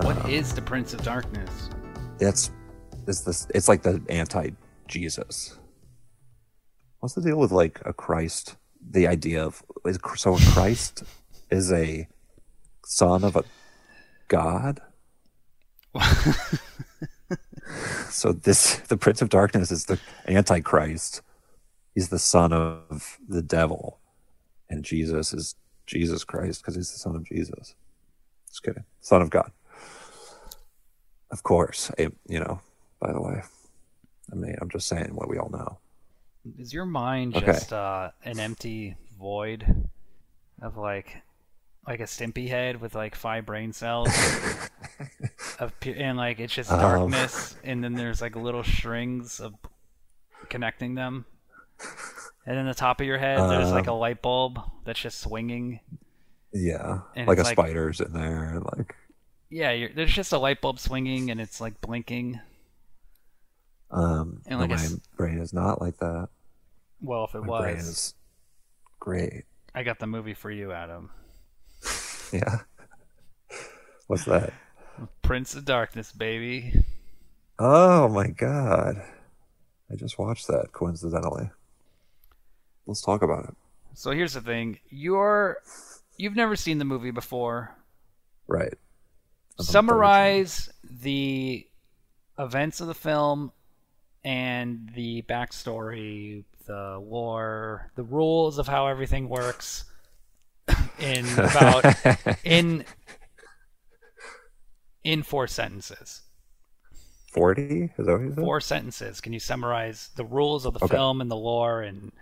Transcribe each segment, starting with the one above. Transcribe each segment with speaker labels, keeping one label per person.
Speaker 1: Um,
Speaker 2: It is the Prince of Darkness.
Speaker 1: That's is this it's like the anti Jesus. What's the deal with like a Christ? The idea of is so Christ is a son of a god. so this the Prince of Darkness is the Antichrist. He's the son of the devil, and Jesus is Jesus Christ because he's the son of Jesus. Just kidding, son of God. Of course, I, you know. By the way, I mean I'm just saying what we all know.
Speaker 2: Is your mind
Speaker 1: Okay.
Speaker 2: just uh, an empty void of like like a stimpy head with like five brain cells of pu- and like it's just
Speaker 1: Um.
Speaker 2: darkness and then there's like little strings of connecting them. And then the top of your head there's like a
Speaker 1: Um,
Speaker 2: light bulb that's just swinging.
Speaker 1: Yeah,
Speaker 2: And
Speaker 1: like a
Speaker 2: it's like-
Speaker 1: spider's in there, like
Speaker 2: Yeah, you're, there's just a light bulb swinging and it's like blinking.
Speaker 1: um,
Speaker 2: And
Speaker 1: no,
Speaker 2: like a
Speaker 1: my
Speaker 2: s-
Speaker 1: brain is not like that.
Speaker 2: Well, if it
Speaker 1: My brain
Speaker 2: was,
Speaker 1: is great.
Speaker 2: I got the movie for you, Adam.
Speaker 1: Yeah. What's that?
Speaker 2: Prince of Darkness, baby.
Speaker 1: Oh my god. I just watched that coincidentally. Let's talk about it.
Speaker 2: So here's the thing: you're you've never seen the movie before.
Speaker 1: Right. I'm
Speaker 2: Summarize the events of the film and the backstory, the lore, the rules of how everything works in about in in four sentences.
Speaker 1: 40? Is that what you said?
Speaker 2: Four sentences. Can you summarize the rules of the
Speaker 1: Okay.
Speaker 2: film and the lore and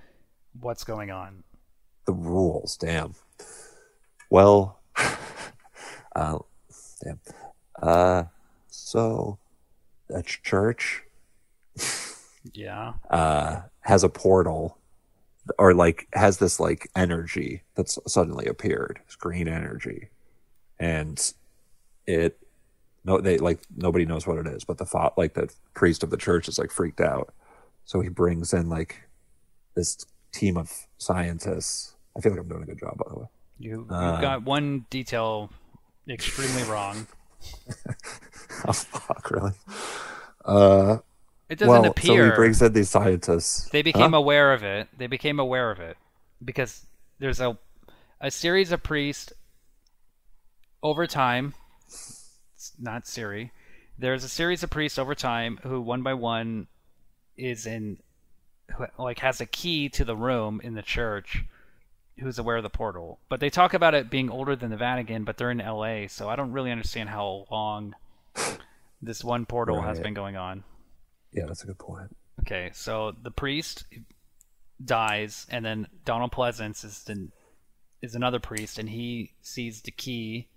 Speaker 2: what's going on?
Speaker 1: The rules, damn. Well, uh, damn. Uh, so, a ch- church
Speaker 2: Yeah.
Speaker 1: uh, has a portal or like has this like energy that's suddenly appeared it's green energy and it no they like nobody knows what it is but the thought like the priest of the church is like freaked out so he brings in like this team of scientists i feel like i'm doing a good job by the way
Speaker 2: You,
Speaker 1: Uh,
Speaker 2: you got one detail extremely wrong.
Speaker 1: oh fuck really uh
Speaker 2: It doesn't
Speaker 1: well so he
Speaker 2: appear
Speaker 1: brings in these scientists
Speaker 2: they became aware of it. They became aware of it because there's a a series of priests over time. It's not Siri. There's a series of priests over time who one by one is in who, like has a key to the room in the church who's aware of the portal. But they talk about it being older than the Vatican, but they're in LA, so I don't really understand how long this one portal has
Speaker 1: Right.
Speaker 2: been going on.
Speaker 1: yeah that's a good point
Speaker 2: Okay, so the priest dies, and then Donald Pleasance is the, is another priest, and he sees the key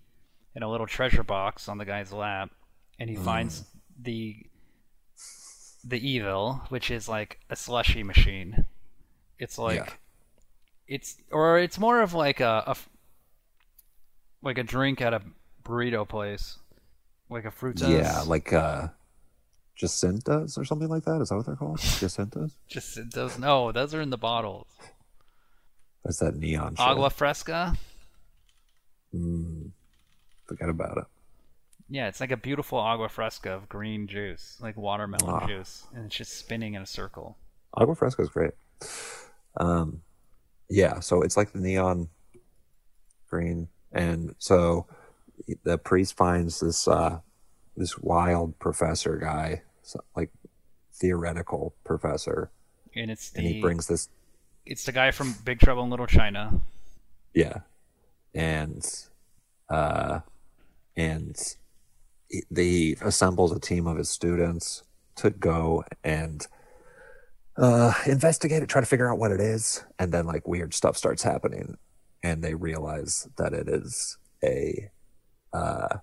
Speaker 2: in a little treasure box on the guy's lap, and
Speaker 1: Hmm.
Speaker 2: he finds the the evil, which is like a slushy machine. It's like
Speaker 1: Yeah.
Speaker 2: it's or it's more of like a, a f- like a drink at a burrito place, like a fruit.
Speaker 1: yeah like uh jacintas or something like that is that what they're called jacintas
Speaker 2: just it does no. Those are in the bottles.
Speaker 1: That's that neon shit.
Speaker 2: Agua Fresca.
Speaker 1: Mm, forget about it.
Speaker 2: Yeah, it's like a beautiful agua fresca of green juice, like watermelon
Speaker 1: Ah.
Speaker 2: juice, and it's just spinning in a circle.
Speaker 1: Agua Fresca is great. Um, yeah, so it's like the neon green, and so the priest finds this uh, this wild professor guy, so- like theoretical professor,
Speaker 2: And it's
Speaker 1: and
Speaker 2: the
Speaker 1: he brings this
Speaker 2: it's the guy from Big Trouble in Little China.
Speaker 1: Yeah. And uh and he- they assembles a team of his students to go and uh investigate it, try to figure out what it is, and then like weird stuff starts happening and they realize that it is a uh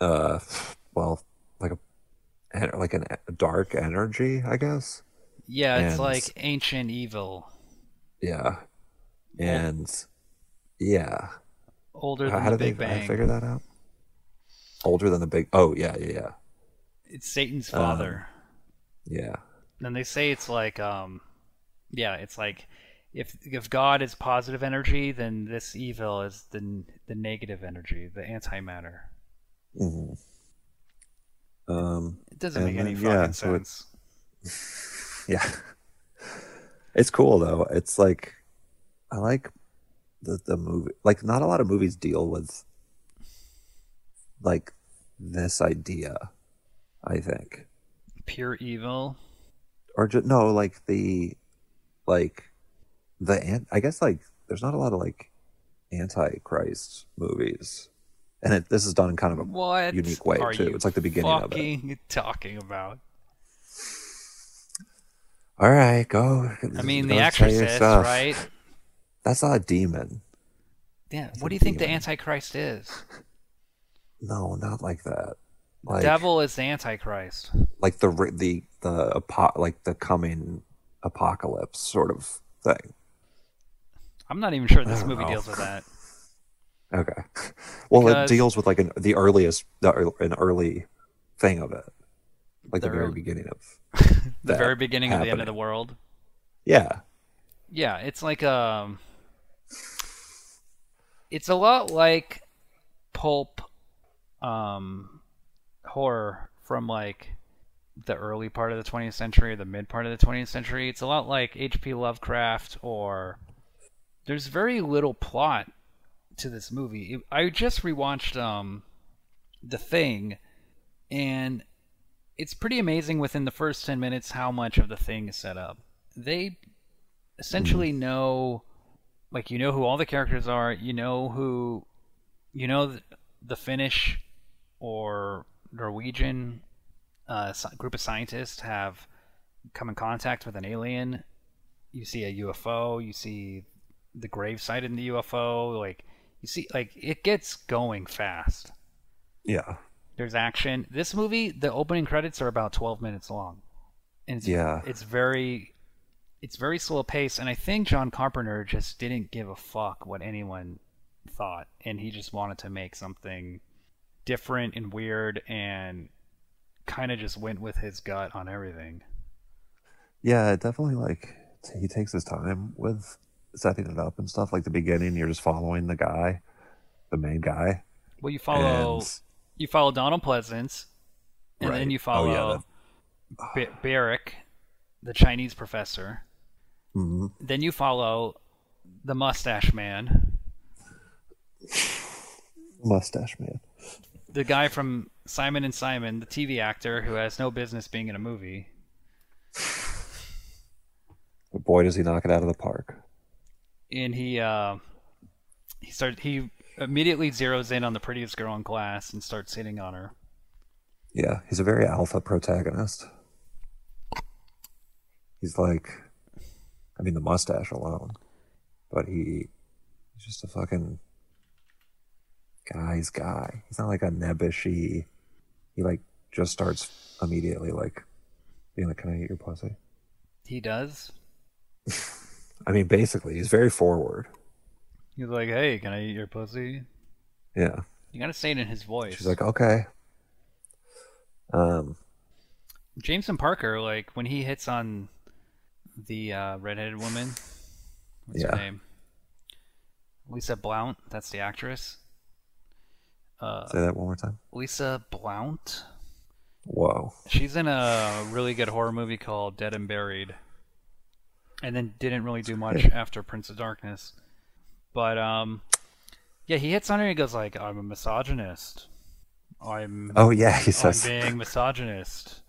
Speaker 1: uh well like a en- like an e- dark energy, I guess.
Speaker 2: Yeah, it's
Speaker 1: And-
Speaker 2: like ancient evil,
Speaker 1: Yeah. And yeah.
Speaker 2: older
Speaker 1: How-
Speaker 2: than
Speaker 1: how
Speaker 2: the
Speaker 1: did they
Speaker 2: Big
Speaker 1: fi-
Speaker 2: Bang.
Speaker 1: figure that out? Older than the big. Oh yeah, yeah, yeah,
Speaker 2: It's Satan's
Speaker 1: Um,
Speaker 2: father.
Speaker 1: yeah.
Speaker 2: and they say it's like, um, yeah, it's like if if God is positive energy, then this evil is the the negative energy, the antimatter.
Speaker 1: Mhm. Um,
Speaker 2: It doesn't
Speaker 1: And
Speaker 2: make any
Speaker 1: then,
Speaker 2: fucking
Speaker 1: yeah, so it-
Speaker 2: sense.
Speaker 1: yeah, it's cool though. It's like I like the the movie. Like not a lot of movies deal with like this idea. I think,
Speaker 2: Pure evil.
Speaker 1: or just no, like the like the ant. I guess like there's not a lot of like antichrist movies, and it, this is done in kind of a
Speaker 2: What
Speaker 1: unique way,
Speaker 2: are
Speaker 1: too.
Speaker 2: you
Speaker 1: It's like the beginning of it.
Speaker 2: fucking talking about.
Speaker 1: All right, go.
Speaker 2: I mean, The
Speaker 1: go say
Speaker 2: Exorcist,
Speaker 1: yourself.
Speaker 2: right?
Speaker 1: That's not a demon.
Speaker 2: Yeah.
Speaker 1: It's
Speaker 2: What
Speaker 1: a
Speaker 2: do you think the
Speaker 1: demon.
Speaker 2: Antichrist is?
Speaker 1: No, not like that.
Speaker 2: The
Speaker 1: Like
Speaker 2: devil is the Antichrist.
Speaker 1: like the ri- the the apo- like the coming apocalypse sort of thing.
Speaker 2: I'm not even sure this
Speaker 1: don't
Speaker 2: movie
Speaker 1: know.
Speaker 2: deals with that.
Speaker 1: Okay. Well,
Speaker 2: Because-
Speaker 1: it deals with like an the earliest the, ear- an early thing of it, like the,
Speaker 2: The
Speaker 1: very
Speaker 2: early-
Speaker 1: beginning of
Speaker 2: The
Speaker 1: that
Speaker 2: very beginning of the end of
Speaker 1: happening.
Speaker 2: the world.
Speaker 1: Yeah.
Speaker 2: Yeah, it's like um it's a lot like pulp um horror from like the early part of the 20th century or the mid part of the 20th century. It's a lot like H.P. Lovecraft or there's very little plot to this movie. It- I just rewatched um The Thing and it's pretty amazing within the first 10 minutes how much of The Thing is set up. They essentially know like you know who all the characters are you know who you know th- the finnish or norwegian uh, sci- group of scientists have come in contact with an alien you see a ufo you see the gravesite in the ufo like you see like it gets going fast
Speaker 1: Yeah.
Speaker 2: there's action this movie the opening credits are about 12 minutes long and it's,
Speaker 1: Yeah.
Speaker 2: it's very it's very slow pace and i think john carpenter just didn't give a fuck what anyone thought and he just wanted to make something different and weird and kind of just went with his gut on everything
Speaker 1: Yeah, it definitely like t- he takes his time with setting it up and stuff. Like the beginning, you're just following the guy, the main guy.
Speaker 2: well you follow
Speaker 1: and-
Speaker 2: you follow donald pleasance and
Speaker 1: Right.
Speaker 2: then you
Speaker 1: Oh,
Speaker 2: follow
Speaker 1: yeah,
Speaker 2: Ba- barrick the chinese professor
Speaker 1: Mhm.
Speaker 2: then you follow the mustache man
Speaker 1: Mustache man.
Speaker 2: the guy from Simon and Simon, the TV actor who has no business being in a movie.
Speaker 1: Boy, does he knock it out of the park.
Speaker 2: and he uh, he starts he immediately zeroes in on the prettiest girl in class and starts hitting on her.
Speaker 1: Yeah, he's a very alpha protagonist. He's like, I mean, the mustache alone, but he, he's just a fucking guy's guy. He's not like a nebbishy. He like just starts immediately like being like, "Can I eat your pussy?"
Speaker 2: He does.
Speaker 1: I mean, basically, he's very forward.
Speaker 2: He's like, "Hey, can I eat your pussy?"
Speaker 1: Yeah,
Speaker 2: You gotta say it in his voice.
Speaker 1: she's like, "Okay." Um,
Speaker 2: Jameson Parker, like when he hits on the uh, redheaded woman. What's her
Speaker 1: Yeah.
Speaker 2: name? Lisa Blount. That's the actress. Uh,
Speaker 1: say that one more time.
Speaker 2: Lisa Blount.
Speaker 1: Whoa.
Speaker 2: She's in a really good horror movie called Dead and Buried, and then didn't really do much after Prince of Darkness. But um, yeah, he hits on her. and He goes like, "I'm a misogynist. I'm
Speaker 1: Oh yeah, he
Speaker 2: I'm
Speaker 1: says.
Speaker 2: being misogynist,"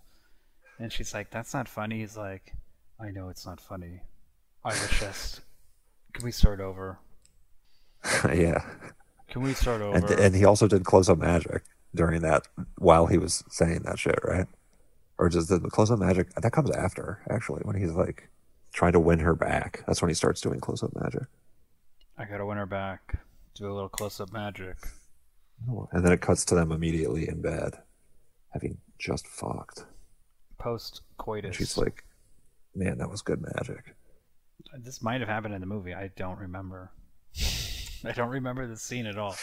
Speaker 2: and she's like, "That's not funny." He's like, "I know it's not funny. I was just. Can we start over?
Speaker 1: yeah.
Speaker 2: Can we start over?"
Speaker 1: And, and he also did close up magic during that while he was saying that shit, right? Or does the close up magic that comes after actually when he's like trying to win her back? That's when he starts doing close up magic,
Speaker 2: I gotta win her back. Do a little close-up magic.
Speaker 1: and then it cuts to them immediately in bed, having just fucked.
Speaker 2: Post
Speaker 1: And
Speaker 2: coitus.
Speaker 1: she's like, "Man, that was good magic."
Speaker 2: This might have happened in the movie. I don't remember. I don't remember the scene at all.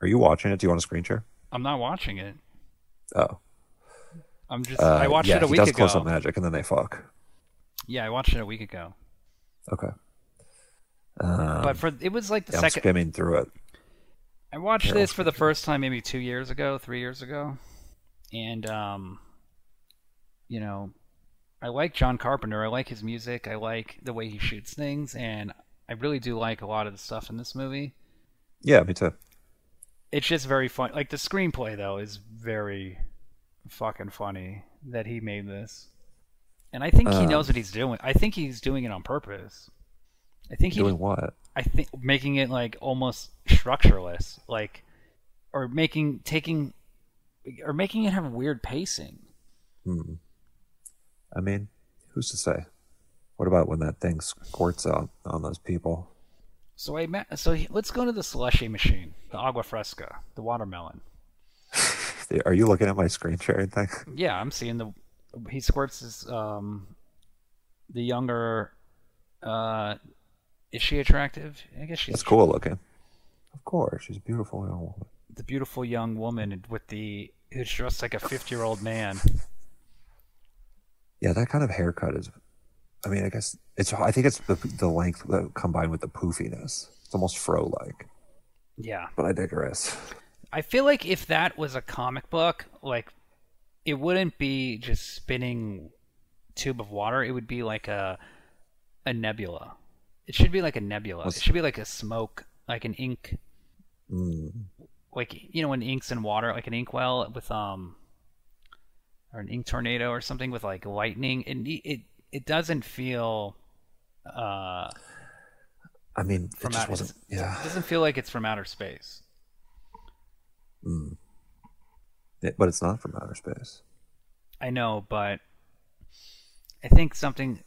Speaker 1: Are you watching it? Do you want a screen share?
Speaker 2: I'm not watching it.
Speaker 1: Oh,
Speaker 2: I'm just.
Speaker 1: Uh,
Speaker 2: I watched
Speaker 1: yeah,
Speaker 2: it a
Speaker 1: he
Speaker 2: week
Speaker 1: does
Speaker 2: ago.
Speaker 1: close up magic, and then they fuck.
Speaker 2: Yeah, I watched it a week ago.
Speaker 1: Okay. Um,
Speaker 2: but for it was like the
Speaker 1: yeah, I'm
Speaker 2: second.
Speaker 1: skimming through it.
Speaker 2: I watched
Speaker 1: Carol
Speaker 2: this for the
Speaker 1: Fisher.
Speaker 2: first time maybe two years ago, three years ago, and um, you know, I like John Carpenter. I like his music. I like the way he shoots things, and I really do like a lot of the stuff in this movie.
Speaker 1: Yeah, me too.
Speaker 2: It's just very fun. Like the screenplay though is very fucking funny that he made this, and I think he
Speaker 1: Um,
Speaker 2: knows what he's doing. I think he's doing it on purpose. I think he
Speaker 1: Doing what?
Speaker 2: I think making it like almost structureless, like or making taking or making it have weird pacing.
Speaker 1: Hmm. I mean, who's to say? What about when that thing squirts out on those people?
Speaker 2: So I ma- so he- let's go to the slushy machine, the agua fresca, the watermelon.
Speaker 1: Are you looking at my screen sharing thing?
Speaker 2: Yeah, I'm seeing the he squirts his um the younger uh is she attractive? I guess she's
Speaker 1: That's cool looking. Of course, she's a beautiful young woman.
Speaker 2: the beautiful young woman with the who's dressed like a 50-year-old man.
Speaker 1: Yeah, that kind of haircut is. I mean, I guess it's. I think it's the the length that combined with the poofiness. It's almost fro like.
Speaker 2: Yeah.
Speaker 1: But I digress.
Speaker 2: I feel like if that was a comic book, like it wouldn't be just spinning tube of water. It would be like a a nebula. It should be like a nebula.
Speaker 1: What's-
Speaker 2: It should be like a smoke, like an ink,
Speaker 1: Mm.
Speaker 2: like you know, when inks in water, like an inkwell with um, or an ink tornado or something with like lightning. And it it, it doesn't feel uh
Speaker 1: I mean,
Speaker 2: from
Speaker 1: it just
Speaker 2: out-
Speaker 1: wasn't.
Speaker 2: it
Speaker 1: Yeah,
Speaker 2: doesn't feel like it's from outer space.
Speaker 1: It- but it's not from outer space.
Speaker 2: I know, but I think something.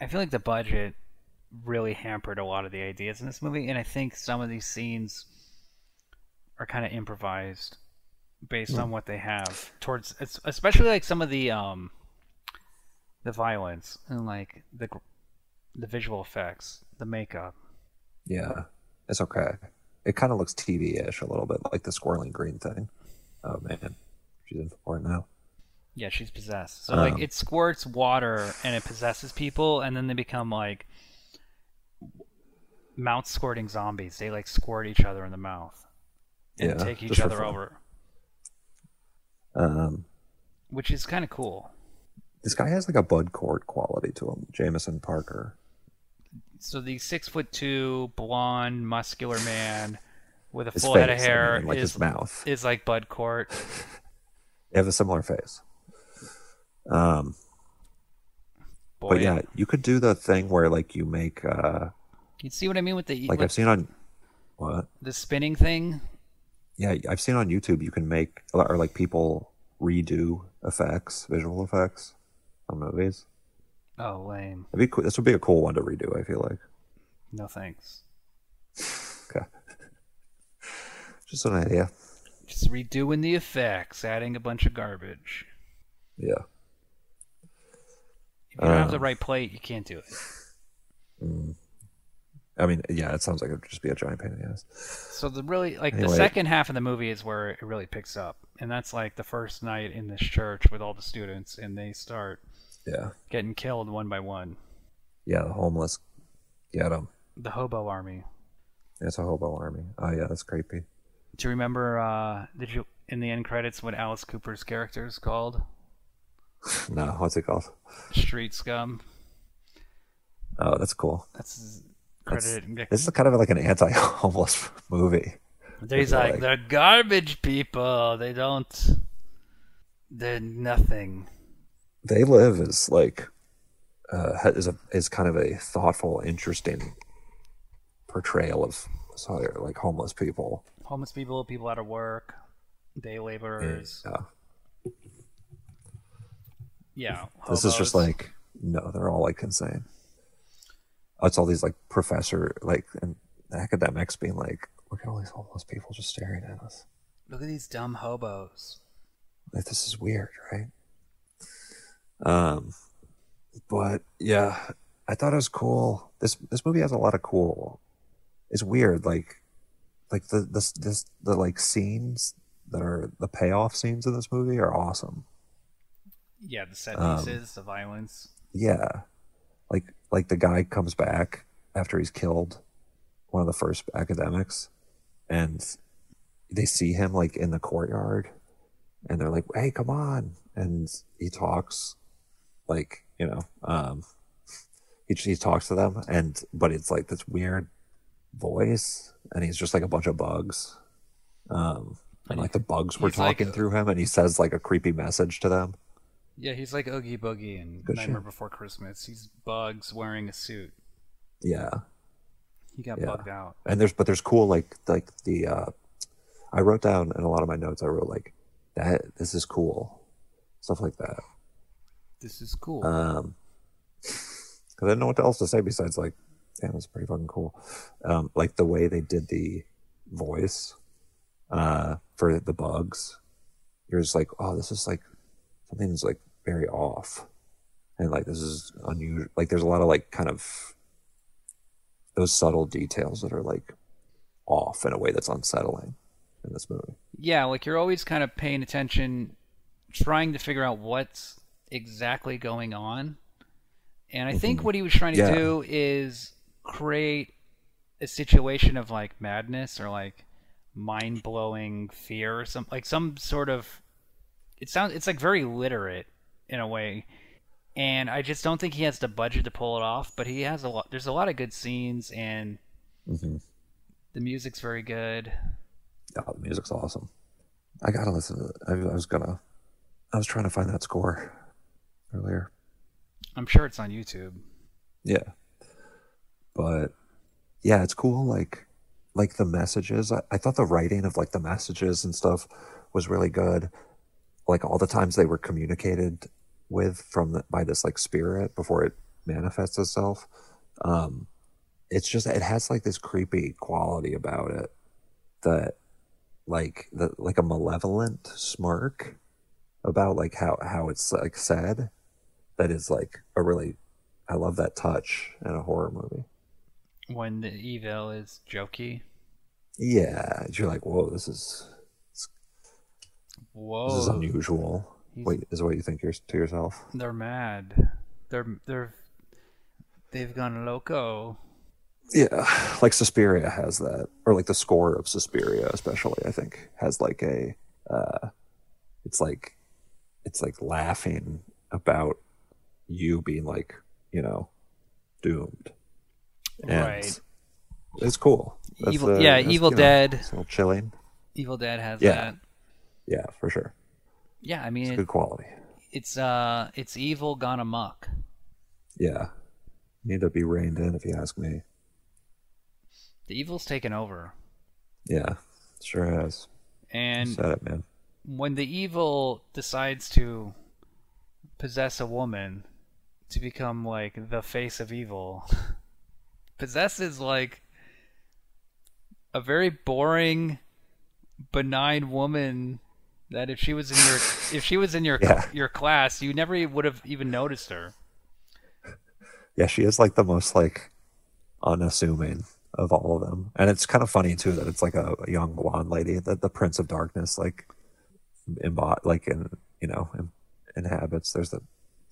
Speaker 2: I feel like the budget really hampered a lot of the ideas in this movie, and I think some of these scenes are kind of improvised based on what they have towards, es- especially like some of the um, the violence and like the gr- the visual effects, the makeup.
Speaker 1: Yeah, it's okay. It kind of looks TV-ish a little bit, like the swirling green thing. Oh man, she's in for it now.
Speaker 2: Yeah, she's possessed. So like
Speaker 1: Um.
Speaker 2: it squirts water and it possesses people and then they become like mouth squirting zombies. They like squirt each other in the mouth and
Speaker 1: Yeah,
Speaker 2: take each
Speaker 1: just for
Speaker 2: other
Speaker 1: fun.
Speaker 2: over,
Speaker 1: Um,
Speaker 2: which is kind of cool.
Speaker 1: this guy has like a Bud Cord quality to him, Jameson Parker.
Speaker 2: So the 6 foot 2 blonde muscular man with a
Speaker 1: His
Speaker 2: full
Speaker 1: face,
Speaker 2: head of hair
Speaker 1: I mean, like
Speaker 2: is
Speaker 1: his mouth.
Speaker 2: is like Bud Cort.
Speaker 1: They have a similar face. Um,
Speaker 2: Boy.
Speaker 1: but yeah, you could do the thing where like you make uh,
Speaker 2: You see what I mean with the
Speaker 1: like
Speaker 2: with
Speaker 1: I've seen on what
Speaker 2: the spinning thing?
Speaker 1: yeah I've seen on YouTube you can make or like people redo effects, visual effects on movies.
Speaker 2: Oh, lame.
Speaker 1: That'd be cool. This would be a cool one to redo. I feel like.
Speaker 2: No thanks.
Speaker 1: Okay. Just an idea.
Speaker 2: Just redoing the effects, adding a bunch of garbage.
Speaker 1: Yeah.
Speaker 2: If you don't have the
Speaker 1: Um,
Speaker 2: right plate, you can't do it.
Speaker 1: I mean, yeah, it sounds like it would just be a giant pain in the ass.
Speaker 2: So the really like the
Speaker 1: Anyway.
Speaker 2: second half of the movie is where it really picks up, and that's like the first night in this church with all the students, and they start
Speaker 1: Yeah.
Speaker 2: getting killed one by one.
Speaker 1: Yeah, the homeless. Get them.
Speaker 2: The hobo army.
Speaker 1: It's a hobo army. Oh, yeah, that's creepy.
Speaker 2: Do you remember? Uh, did you in the end credits what Alice Cooper's character is called?
Speaker 1: No, what's it called?
Speaker 2: Street scum.
Speaker 1: Oh, that's cool.
Speaker 2: That's his
Speaker 1: That's-
Speaker 2: credited.
Speaker 1: This is kind of like an anti homeless movie.
Speaker 2: He's like,
Speaker 1: like-
Speaker 2: they're garbage people. They don't. They're nothing.
Speaker 1: They Live is like, uh, ha- is, a, is kind of a thoughtful, interesting portrayal of sorry, like homeless people.
Speaker 2: Homeless people, people out of work, day laborers.
Speaker 1: Yeah.
Speaker 2: Yeah.
Speaker 1: This is just
Speaker 2: hobos.
Speaker 1: like no, they're all like insane. Oh, It's all these like professor like and academics being like, look at all these homeless people just staring at us.
Speaker 2: Look at these dumb hobos.
Speaker 1: Like this is weird, right? Um, but yeah, I thought it was cool. This this movie has a lot of cool. It's weird, like like the this this the like scenes that are the payoff scenes in this movie are awesome.
Speaker 2: Yeah, the set
Speaker 1: Um,
Speaker 2: pieces, the violence.
Speaker 1: Yeah. Like like the guy comes back after he's killed one of the first academics and they see him like in the courtyard and they're like hey come on and he talks like you know um he, he talks to them and but it's like this weird voice and he's just like a bunch of bugs um and like the bugs were
Speaker 2: He's like-
Speaker 1: talking through him and he says like a creepy message to them
Speaker 2: Yeah, he's like Oogie Boogie in
Speaker 1: Good
Speaker 2: Nightmare
Speaker 1: shit.
Speaker 2: Before Christmas. He's bugs wearing a suit.
Speaker 1: yeah
Speaker 2: He got
Speaker 1: Yeah.
Speaker 2: bugged out.
Speaker 1: and there's but there's cool like like the uh i wrote down in a lot of my notes i wrote like that this is cool stuff like that
Speaker 2: This is cool.
Speaker 1: um 'cause i didn't know what else to say besides like damn it's pretty fucking cool um like the way they did the voice uh for the bugs you're just like oh this is like something's like very off and like this is unusual like there's a lot of like kind of those subtle details that are like off in a way that's unsettling in this movie
Speaker 2: yeah, like you're always kind of paying attention, trying to figure out what's exactly going on. And I think what he was trying to
Speaker 1: Yeah.
Speaker 2: do is create a situation of like madness or like mind blowing fear or some like some sort of it sounds it's like very literate in a way. And I just don't think he has the budget to pull it off, but he has a lot there's a lot of good scenes and
Speaker 1: Mhm.
Speaker 2: the music's very good.
Speaker 1: oh the music's awesome i gotta listen to it i, I was gonna i was trying to find that score earlier
Speaker 2: I'm sure it's on YouTube.
Speaker 1: Yeah. But yeah, it's cool. Like, like the messages. I, I thought the writing of like the messages and stuff was really good. Like all the times they were communicated with from the, by this like spirit before it manifests itself. Um, it's just it has like this creepy quality about it that like the like a malevolent smirk about like how how it's like said that is like a really I love that touch in a horror movie.
Speaker 2: when the evil is jokey.
Speaker 1: Yeah, you're like, whoa, this is this is
Speaker 2: Whoa,
Speaker 1: unusual.
Speaker 2: Oh. He's-
Speaker 1: Wait, is what you think yours to yourself?
Speaker 2: they're mad. They're they're they've gone loco.
Speaker 1: Yeah, like Suspiria has that, or like the score of Suspiria, especially I think has like a, uh, it's like, it's like laughing about you being like, you know, doomed. And
Speaker 2: Right.
Speaker 1: It's cool. That's
Speaker 2: Evil-
Speaker 1: the-
Speaker 2: yeah,
Speaker 1: that's,
Speaker 2: Evil
Speaker 1: you know,
Speaker 2: Dead.
Speaker 1: It's a little chilling.
Speaker 2: Evil Dead has
Speaker 1: Yeah.
Speaker 2: that.
Speaker 1: Yeah, for sure.
Speaker 2: Yeah, I
Speaker 1: It's
Speaker 2: mean it,
Speaker 1: good quality.
Speaker 2: it's uh it's evil gone amok.
Speaker 1: Yeah. Need to be reined in if you ask me.
Speaker 2: The evil's taken over,
Speaker 1: Yeah. Sure has.
Speaker 2: and
Speaker 1: Said it, man.
Speaker 2: when the evil decides to possess a woman to become like the face of evil possesses like a very boring benign woman that if she was in your if she was in your
Speaker 1: Yeah.
Speaker 2: your class you never e-, would have even noticed her
Speaker 1: Yeah, she is like the most like unassuming of all of them. And it's kind of funny too that it's like a, a young blonde lady that the Prince of Darkness like embot like in you know in, inhabits. There's the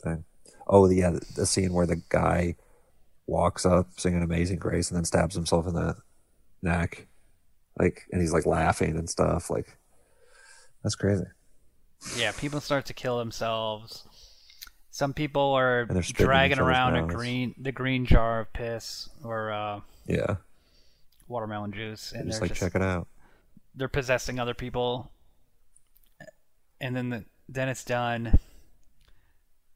Speaker 1: thing. Oh yeah, the, the scene where the guy walks up singing Amazing Grace and then stabs himself in the neck, like and he's like laughing and stuff. Like that's crazy.
Speaker 2: yeah people start to kill themselves some people are
Speaker 1: they're spitting in
Speaker 2: dragging
Speaker 1: each other's
Speaker 2: around a
Speaker 1: mouths.
Speaker 2: green the green jar of piss or uh,
Speaker 1: Yeah,
Speaker 2: watermelon juice and
Speaker 1: just
Speaker 2: they're
Speaker 1: like
Speaker 2: just
Speaker 1: check it out.
Speaker 2: they're possessing other people and then the, then it's done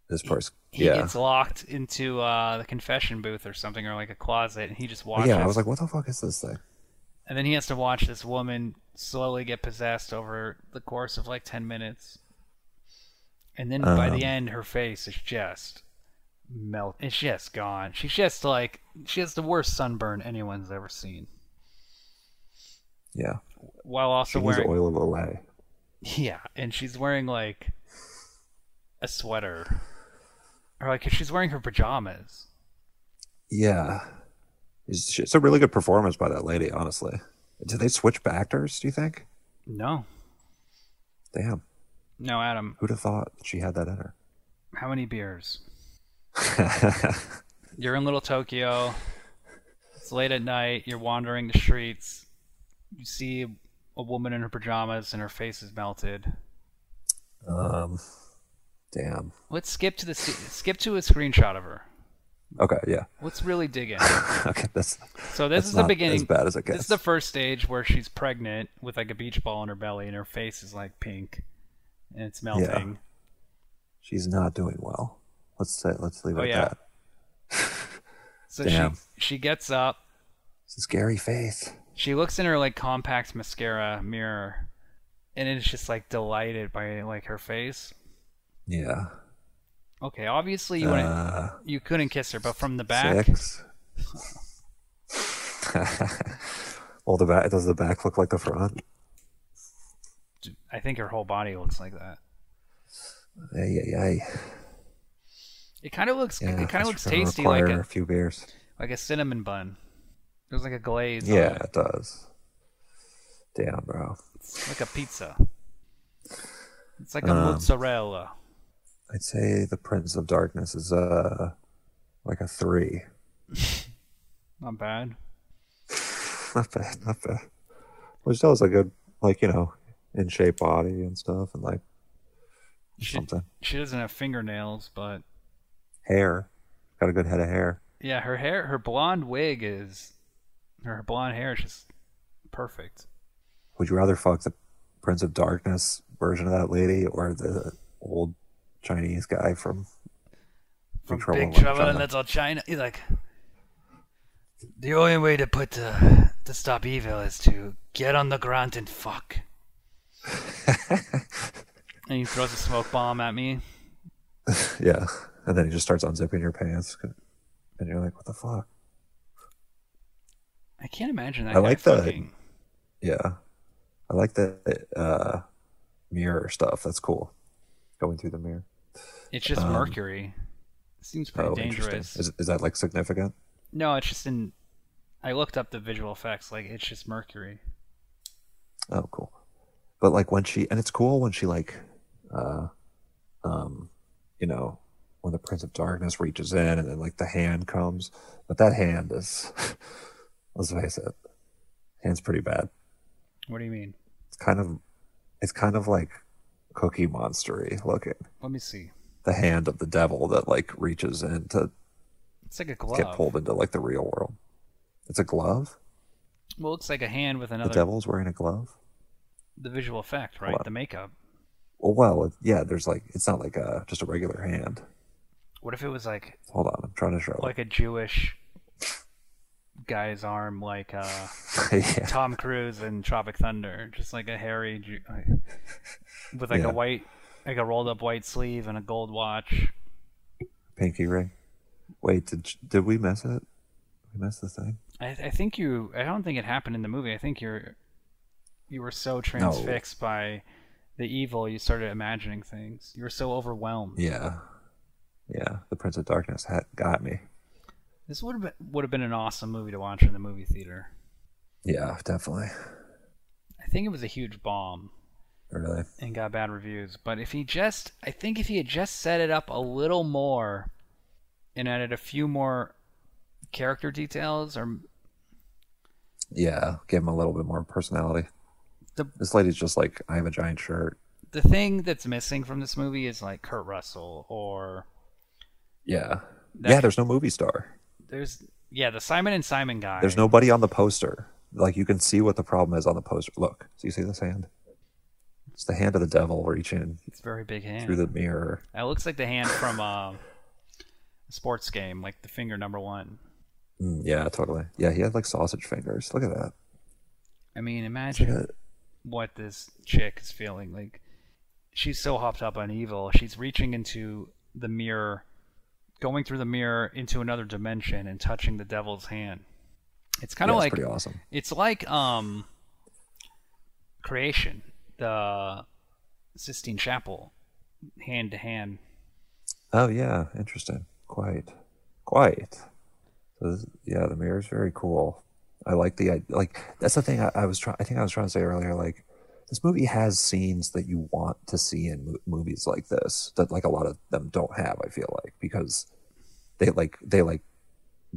Speaker 1: This person.
Speaker 2: he
Speaker 1: yeah.
Speaker 2: gets locked into uh, the confession booth or something or like a closet and he just watches
Speaker 1: yeah, I was like, what the fuck is this thing?
Speaker 2: and then he has to watch this woman slowly get possessed over the course of like 10 minutes and then by the
Speaker 1: Um.
Speaker 2: end her face is just melt it's just gone she's just like she has the worst sunburn anyone's ever seen
Speaker 1: Yeah.
Speaker 2: while
Speaker 1: She
Speaker 2: also
Speaker 1: needs
Speaker 2: wearing
Speaker 1: oil of Olay.
Speaker 2: Yeah, and she's wearing like a sweater, or like she's wearing her pajamas.
Speaker 1: Yeah. It's, it's a really good performance by that lady, honestly. Did they switch actors, do you think?
Speaker 2: No,
Speaker 1: Damn.
Speaker 2: no, Adam.
Speaker 1: Who'd have thought she had that in her?
Speaker 2: How many beers? You're in Little Tokyo. It's late at night. You're wandering the streets. you see a woman in her pajamas and her face is melted.
Speaker 1: Um, damn.
Speaker 2: Let's skip to the sc- skip to a screenshot of her.
Speaker 1: Okay, yeah.
Speaker 2: Let's really dig in.
Speaker 1: okay, that's
Speaker 2: So this
Speaker 1: That's
Speaker 2: is the
Speaker 1: not
Speaker 2: beginning.
Speaker 1: as bad as it
Speaker 2: This
Speaker 1: gets.
Speaker 2: is the first stage where she's pregnant with like a beach ball in her belly, and her face is like pink, and it's melting.
Speaker 1: she's not doing well. Let's say let's leave it
Speaker 2: Oh,
Speaker 1: at
Speaker 2: yeah.
Speaker 1: that.
Speaker 2: So
Speaker 1: Damn.
Speaker 2: she she gets up.
Speaker 1: It's a scary face.
Speaker 2: She looks in her like compact mascara mirror, and is just like delighted by like her face.
Speaker 1: Yeah.
Speaker 2: Okay, obviously you wouldn't,
Speaker 1: Uh,
Speaker 2: you couldn't kiss her, but from the back,
Speaker 1: Six. well, the back does the back look like the front?
Speaker 2: I think her whole body looks like that.
Speaker 1: Ay, ay, ay.
Speaker 2: It kind of looks
Speaker 1: Yeah,
Speaker 2: it kind
Speaker 1: that's
Speaker 2: of looks
Speaker 1: gonna
Speaker 2: tasty like
Speaker 1: require
Speaker 2: a
Speaker 1: a few beers.
Speaker 2: like a cinnamon bun. There's like a glaze. on
Speaker 1: Yeah,
Speaker 2: it.
Speaker 1: it does. Damn, bro.
Speaker 2: It's like a pizza. It's like a
Speaker 1: Um,
Speaker 2: mozzarella.
Speaker 1: I'd say the Prince of Darkness is uh like a three.
Speaker 2: Not bad.
Speaker 1: not bad, not bad. Which still is a good, like you know, in shape body and stuff, and like
Speaker 2: She,
Speaker 1: something
Speaker 2: she doesn't have fingernails, but
Speaker 1: hair. Got a good head of hair.
Speaker 2: yeah, her hair, her blonde wig is, her blonde hair is just perfect.
Speaker 1: Would you rather fuck the Prince of Darkness version of that lady or the old Chinese guy from
Speaker 2: From
Speaker 1: Trouble
Speaker 2: Big
Speaker 1: in
Speaker 2: Trouble in
Speaker 1: China.
Speaker 2: Little China, he's like, the only way to put the, to stop evil is to get on the ground and fuck. and he throws a smoke bomb at me.
Speaker 1: Yeah. And then he just starts unzipping your pants. And you're like, what the fuck?
Speaker 2: I can't imagine that.
Speaker 1: I
Speaker 2: guy
Speaker 1: like the-
Speaker 2: fucking-
Speaker 1: Yeah. I like the uh, mirror stuff. That's cool. Going through the mirror.
Speaker 2: It's just
Speaker 1: um,
Speaker 2: mercury. It seems pretty
Speaker 1: oh,
Speaker 2: dangerous.
Speaker 1: interesting. Is, is that like significant?
Speaker 2: No, it's just in. I looked up the visual effects. Like it's just mercury.
Speaker 1: Oh, cool. But like when she, and it's cool when she like, uh, um, you know, when the Prince of Darkness reaches in and then like the hand comes, but that hand is, let's face it, hand's pretty bad.
Speaker 2: What do you mean?
Speaker 1: It's kind of, it's kind of like Cookie Monstery looking.
Speaker 2: Let me see.
Speaker 1: The hand of the devil that like reaches in to
Speaker 2: It's like a glove.
Speaker 1: get pulled into like the real world. It's a glove.
Speaker 2: Well, it looks like a hand with
Speaker 1: The
Speaker 2: another.
Speaker 1: devil's wearing a glove.
Speaker 2: The, visual effect, right?
Speaker 1: What?
Speaker 2: The makeup.
Speaker 1: Well, well, it- yeah. There's like it's not like a just a regular hand.
Speaker 2: What if it was like
Speaker 1: Hold on, I'm trying to show.
Speaker 2: like a Jewish guy's arm, like uh,
Speaker 1: yeah.
Speaker 2: Tom Cruise in Tropic Thunder, just like a hairy Jew, like, with like
Speaker 1: Yeah.
Speaker 2: a white, like a rolled up white sleeve and a gold watch.
Speaker 1: pinky ring. Wait, did did we miss it? We missed the thing.
Speaker 2: I, I think you. I don't think it happened in the movie. I think you're. You were so transfixed by the evil, you started imagining things. You were so overwhelmed.
Speaker 1: Yeah, yeah. The Prince of Darkness had got me.
Speaker 2: This would have been, would have been an awesome movie to watch in the movie theater.
Speaker 1: Yeah, definitely.
Speaker 2: I think it was a huge bomb
Speaker 1: Really.
Speaker 2: and got bad reviews. But if he just, I think if he had just set it up a little more, and added a few more character details, or
Speaker 1: Yeah, give him a little bit more personality.
Speaker 2: The-
Speaker 1: This lady's just like, I have a giant shirt.
Speaker 2: the thing that's missing from this movie is like Kurt Russell or
Speaker 1: Yeah.
Speaker 2: That-
Speaker 1: yeah, there's no movie star.
Speaker 2: there's yeah the Simon and Simon guy.
Speaker 1: There's nobody on the poster. Like you can see what the problem is on the poster. Look, do you see this hand? It's the hand of the devil reaching
Speaker 2: It's a very big hand.
Speaker 1: through the mirror.
Speaker 2: It looks like the hand from uh, a sports game, like the finger number one.
Speaker 1: Mm, yeah, totally. Yeah, he had like sausage fingers. Look at that.
Speaker 2: I mean,
Speaker 1: Look
Speaker 2: imagine
Speaker 1: at it.
Speaker 2: what this chick is feeling. Like, she's so hopped up on evil. She's reaching into the mirror, going through the mirror into another dimension and touching the devil's hand. It's kind
Speaker 1: Yeah,
Speaker 2: of
Speaker 1: it's
Speaker 2: like
Speaker 1: pretty awesome.
Speaker 2: it's like um, creation, the Sistine Chapel, hand to hand.
Speaker 1: Oh yeah, interesting. Quite, quite. So this, yeah, the mirror is very cool. I like the I, like. That's the thing I, I was trying. I think I was trying to say earlier. Like, this movie has scenes that you want to see in mo- movies like this. That like a lot of them don't have. I feel like because they like they like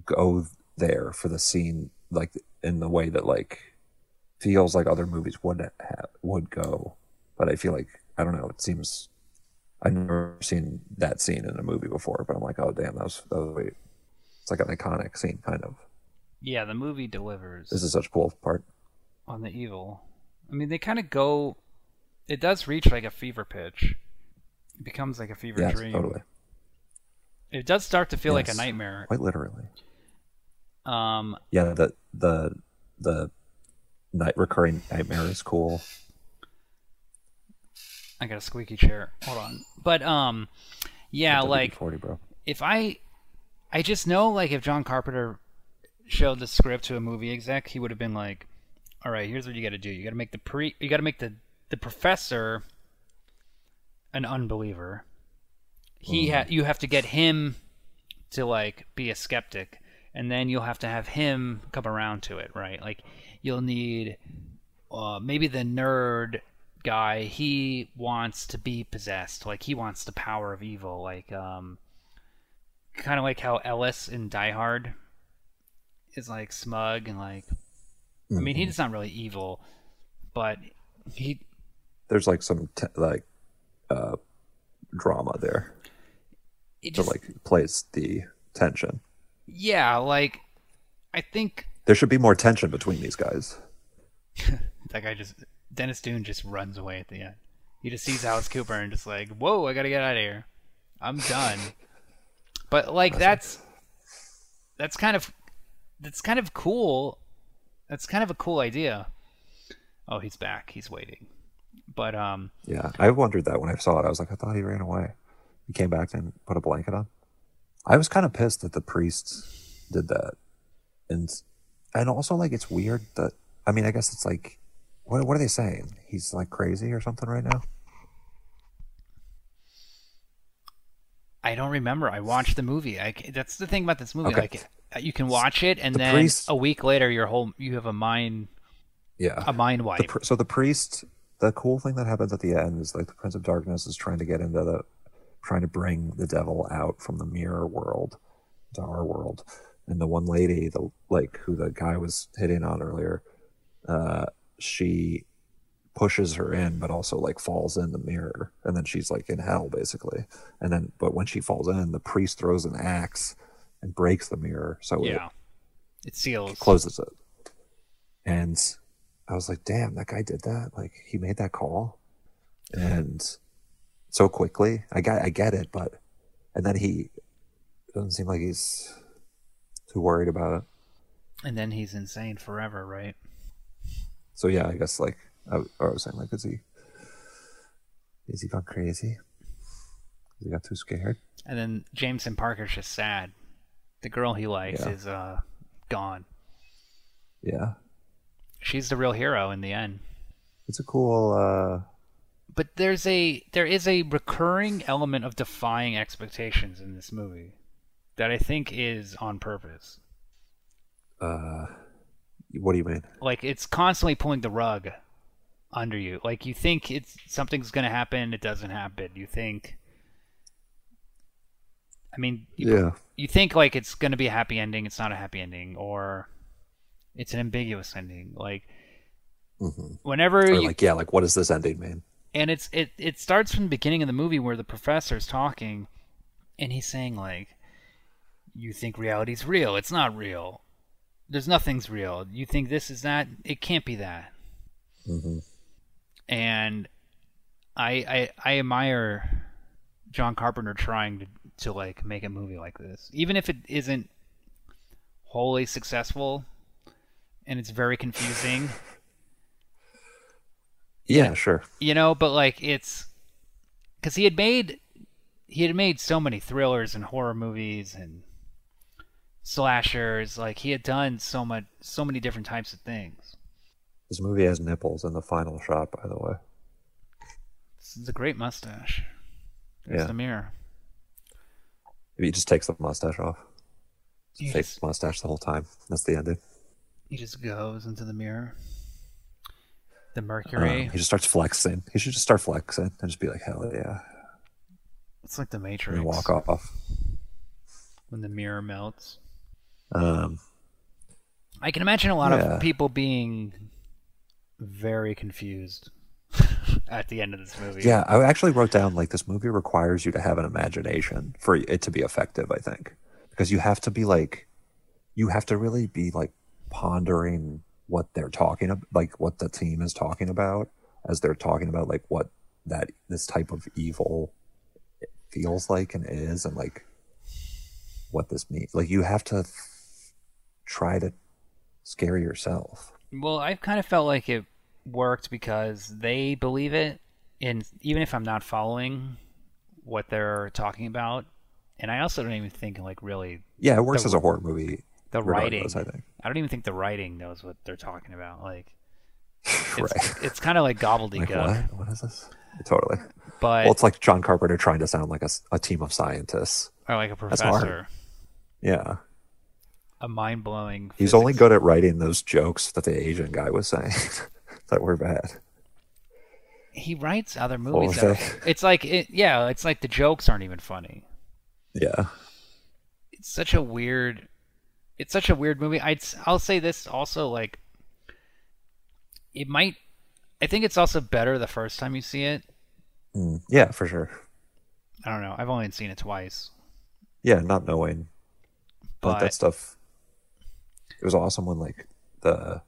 Speaker 1: go there for the scene like in the way that like feels like other movies would ha- would go, but I feel like I don't know. It seems I've never seen that scene in a movie before, but I'm like, oh damn, that was that was great. It's like an iconic scene, kind of.
Speaker 2: Yeah, the movie delivers
Speaker 1: This is such a cool part.
Speaker 2: on the evil. I mean, they kind of go. It does reach like a fever pitch. It becomes like a fever
Speaker 1: Yes,
Speaker 2: dream.
Speaker 1: totally,
Speaker 2: It does start to feel like a
Speaker 1: Yes.
Speaker 2: nightmare.
Speaker 1: quite literally.
Speaker 2: Um,
Speaker 1: Yeah, the the the night recurring nightmare is cool.
Speaker 2: I got a squeaky chair. Hold on. But um, yeah, like
Speaker 1: forty, bro.
Speaker 2: if I, I just know like if John Carpenter showed the script to a movie exec, he would have been like, "All right, here's what you got to do. You got to make the pre, you got to make the the professor an unbeliever. He ha- you have to get him to like be a skeptic, and then you'll have to have him come around to it, right? Like you'll need uh, maybe the nerd guy. He wants to be possessed, like he wants the power of evil, like um." kind of like how Ellis in Die Hard is like smug and like I mean he's not really evil, but he
Speaker 1: There's like some t- like uh drama there
Speaker 2: it
Speaker 1: that
Speaker 2: just
Speaker 1: like plays the tension.
Speaker 2: yeah like I think
Speaker 1: There should be more tension between these guys.
Speaker 2: that guy just Dennis Dune just runs away at the end. He just sees Alice Cooper and just like whoa I gotta get out of here, I'm done. but like that's that's kind of that's kind of cool. That's kind of a cool idea. Oh, he's back. He's waiting. But um
Speaker 1: Yeah, I wondered that when I saw it. I was like, I thought he ran away. He came back and put a blanket on. I was kind of pissed that the priests did that, and and also like it's weird that I mean I guess it's like what what are they saying? He's like crazy or something right now.
Speaker 2: I don't remember. I watched the movie. I, c- that's the thing about this movie.
Speaker 1: Okay.
Speaker 2: Like uh, you can watch it, and
Speaker 1: The
Speaker 2: then
Speaker 1: priest-
Speaker 2: a week later, your whole you have a mind
Speaker 1: Yeah,
Speaker 2: a mind
Speaker 1: the
Speaker 2: wipe.
Speaker 1: pr- so the priest the cool thing that happens at the end is like the prince of darkness is trying to get into the trying to bring the devil out from the mirror world to our world and the one lady the like who the guy was hitting on earlier uh she pushes her in but also like falls in the mirror and then she's like in hell basically and then but when she falls in the priest throws an axe and breaks the mirror so it
Speaker 2: yeah, it seals.
Speaker 1: closes it. And I was like, damn, that guy did that. Like he made that call and so quickly. I got I get it, but and then he doesn't seem like he's too worried about it.
Speaker 2: And then he's insane forever, right?
Speaker 1: So yeah, I guess like I, or I was saying like is he is he gone crazy? He got too scared.
Speaker 2: And then Jameson Parker's just sad. The girl he likes
Speaker 1: Yeah.
Speaker 2: is uh gone.
Speaker 1: Yeah.
Speaker 2: She's the real hero in the end.
Speaker 1: It's a cool uh
Speaker 2: But there's a there is a recurring element of defying expectations in this movie that I think is on purpose.
Speaker 1: uh what do you mean?
Speaker 2: like it's constantly pulling the rug under you. Like you think it's something's gonna happen, it doesn't happen. You think, I mean, you,
Speaker 1: Yeah.
Speaker 2: you think like it's gonna be a happy ending, it's not a happy ending, or it's an ambiguous ending. Like
Speaker 1: hmm
Speaker 2: whenever
Speaker 1: Or
Speaker 2: you,
Speaker 1: like yeah, like what does this ending mean?
Speaker 2: and it's it it starts from the beginning of the movie where the professor's talking, and he's saying like, "You think reality's real? It's not real. There's nothing's real. You think this is that? It can't be that."
Speaker 1: hmm
Speaker 2: and I, I I admire John Carpenter trying to to like make a movie like this, even if it isn't wholly successful, and it's very confusing,
Speaker 1: Yeah, sure.
Speaker 2: you know. But like it's because he had made he had made so many thrillers and horror movies and slashers. Like he had done so much, so many different types of things.
Speaker 1: This movie has nipples in the final shot, by the way.
Speaker 2: This is a great mustache. There's
Speaker 1: Yeah.
Speaker 2: the mirror.
Speaker 1: He just takes the mustache off.
Speaker 2: You
Speaker 1: Fake
Speaker 2: just-
Speaker 1: mustache the whole time. That's the ending.
Speaker 2: He just goes into the mirror. The
Speaker 1: Um,
Speaker 2: mercury.
Speaker 1: he just starts flexing. He should just start flexing and just be like, hell yeah.
Speaker 2: it's like the
Speaker 1: And
Speaker 2: Matrix.
Speaker 1: then walk off.
Speaker 2: When the mirror melts.
Speaker 1: Um,
Speaker 2: I can imagine a lot
Speaker 1: Yeah.
Speaker 2: of people being very confused at the end of this movie.
Speaker 1: Yeah, I actually wrote down like this movie requires you to have an imagination for it to be effective, I think. Because you have to be like you have to really be like pondering what they're talking about, like what the team is talking about as they're talking about like what that this type of evil feels like and is and like what this means. Like you have to f- try to scare yourself.
Speaker 2: Well, I kind of felt like it worked because they believe it, and even if I'm not following what they're talking about, and I also don't even think like really
Speaker 1: Yeah, it works
Speaker 2: The-
Speaker 1: as a horror movie.
Speaker 2: the writing.
Speaker 1: regardless, I think.
Speaker 2: I don't even think the writing knows what they're talking about. Like, it's,
Speaker 1: right.
Speaker 2: it's kind of like
Speaker 1: Like
Speaker 2: gobbledygook,
Speaker 1: what? What is this? Totally.
Speaker 2: but
Speaker 1: well, it's like John Carpenter trying to sound like a, s- a team of scientists.
Speaker 2: or like a
Speaker 1: hard.
Speaker 2: professor,
Speaker 1: Yeah,
Speaker 2: a mind blowing.
Speaker 1: he's only good at writing those jokes that the Asian guy was saying that were bad.
Speaker 2: He writes other
Speaker 1: What
Speaker 2: movies.
Speaker 1: was
Speaker 2: that are-
Speaker 1: that?
Speaker 2: It's like it, yeah, it's like the jokes aren't even funny.
Speaker 1: Yeah,
Speaker 2: it's such a weird it's such a weird movie i'd s- i'll say this also like it might i think it's also better the first time you see it
Speaker 1: Mm, yeah, for sure.
Speaker 2: i don't know i've only seen it twice
Speaker 1: Yeah, not knowing, but
Speaker 2: but
Speaker 1: that stuff. It was awesome when like the.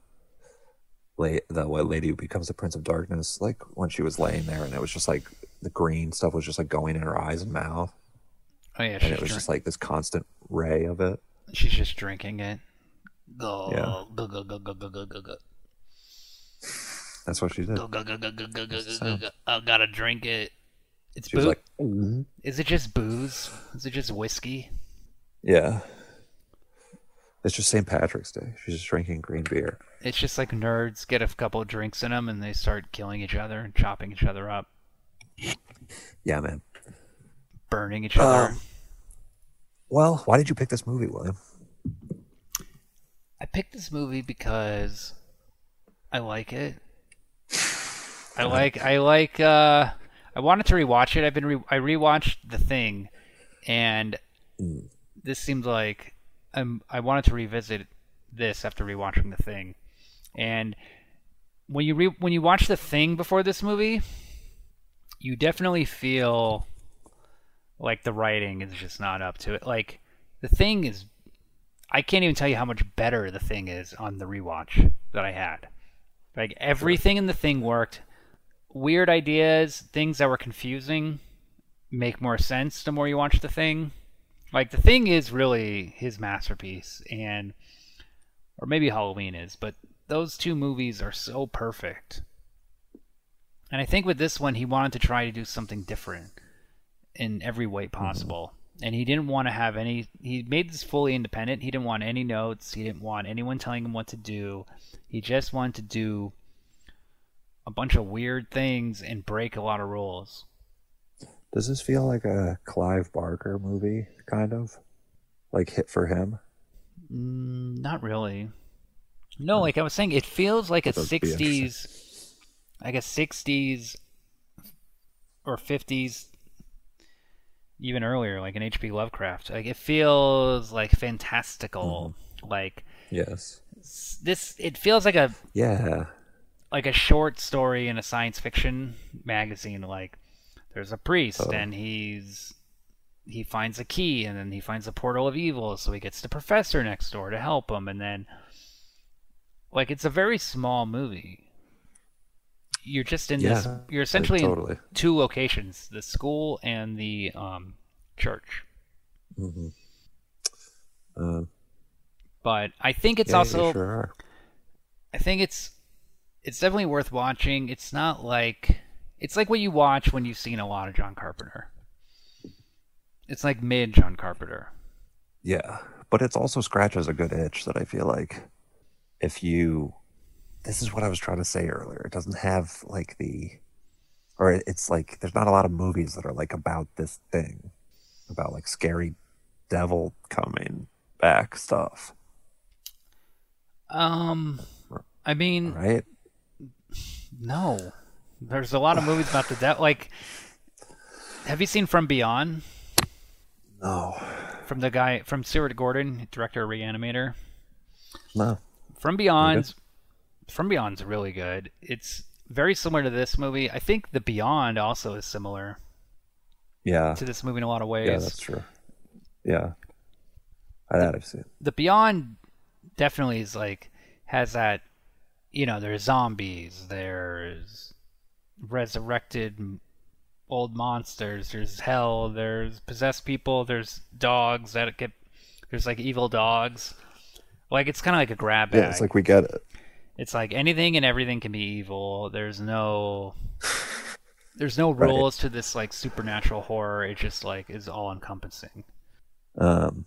Speaker 1: la- The what lady who becomes the Prince of Darkness, like when she was laying there, and it was just like the green stuff was just like going in her eyes and mouth,
Speaker 2: oh yeah she's,
Speaker 1: and it was
Speaker 2: drink-
Speaker 1: just like this constant ray of it.
Speaker 2: she's just drinking it Go,
Speaker 1: Yeah.
Speaker 2: go, go, go, go, go, go, go, go.
Speaker 1: That's what she did.
Speaker 2: Go, go, go, go, go, go, go,
Speaker 1: Just
Speaker 2: go,
Speaker 1: so-
Speaker 2: go. I gotta drink it. It's
Speaker 1: She was
Speaker 2: booze.
Speaker 1: like, "Mm."
Speaker 2: Is it just booze? Is it just whiskey?
Speaker 1: Yeah. It's just St. Patrick's Day. She's just drinking green beer.
Speaker 2: It's just like nerds get a couple drinks in them and they start killing each other and chopping each other up,
Speaker 1: Yeah, man.
Speaker 2: burning each other.
Speaker 1: Um, Well, why did you pick this movie, William?
Speaker 2: I picked this movie because I like it. I like I like uh I wanted to rewatch it. I've been re- I rewatched The Thing and this seemed like um, I wanted to revisit this after rewatching The Thing. And when you re- when you watch The Thing before this movie, you definitely feel like the writing is just not up to it. Like The Thing is I can't even tell you how much better the thing is on the rewatch that I had. Like everything in the thing worked. Weird ideas, things that were confusing, make more sense the more you watch the thing. Like the thing is really his masterpiece, and or maybe Halloween is, but those two movies are so perfect. And I think with this one, he wanted to try to do something different in every way possible. And he didn't want to have any. He made this fully independent. He didn't want any notes. He didn't want anyone telling him what to do. He just wanted to do a bunch of weird things and break a lot of rules.
Speaker 1: Does this feel like a Clive Barker movie, kind of? Like hit for him?
Speaker 2: Mm, not really. No, like I was saying, it feels like a
Speaker 1: That would be
Speaker 2: '60s, like a '60s or '50s, even earlier, like an H.P. Lovecraft. Like it feels like fantastical, like
Speaker 1: Yes.
Speaker 2: s- this. It feels like a
Speaker 1: Yeah.
Speaker 2: like a short story in a science fiction magazine like there's a priest
Speaker 1: Oh.
Speaker 2: and he's he finds a key and then he finds the portal of evil so he gets the professor next door to help him and then like it's a very small movie you're just in this
Speaker 1: Yeah,
Speaker 2: you're essentially
Speaker 1: like, totally.
Speaker 2: in two locations the school and the um, church
Speaker 1: hmm Um,
Speaker 2: but i think it's
Speaker 1: yeah, you
Speaker 2: also
Speaker 1: sure are.
Speaker 2: I think it's it's definitely worth watching. It's not like it's like what you watch when you've seen a lot of John Carpenter. It's like mid John Carpenter.
Speaker 1: Yeah, but it's also scratches a good itch that I feel like if you, this is what I was trying to say earlier. It doesn't have like the, or it- it's like there's not a lot of movies that are like about this thing, about like scary devil coming back stuff,
Speaker 2: Um, I mean,
Speaker 1: right?
Speaker 2: no. There's a lot of movies about the death. Like, have you seen From Beyond?
Speaker 1: No,
Speaker 2: From the guy from Stuart Gordon, director of Reanimator.
Speaker 1: no.
Speaker 2: From Beyond From Beyond's really good. It's very similar to this movie. I think The Beyond also is similar
Speaker 1: Yeah.
Speaker 2: to this movie in a lot of ways.
Speaker 1: Yeah, that's true. Yeah. I that I've seen.
Speaker 2: the beyond definitely is like has that you know there's zombies there's resurrected m- old monsters there's hell there's possessed people there's dogs that get there's like evil dogs like it's kind of like a grab bag
Speaker 1: Yeah, it's like we get it.
Speaker 2: it's like anything and everything can be evil there's no there's no rules to this like supernatural horror it just like is all encompassing
Speaker 1: Um,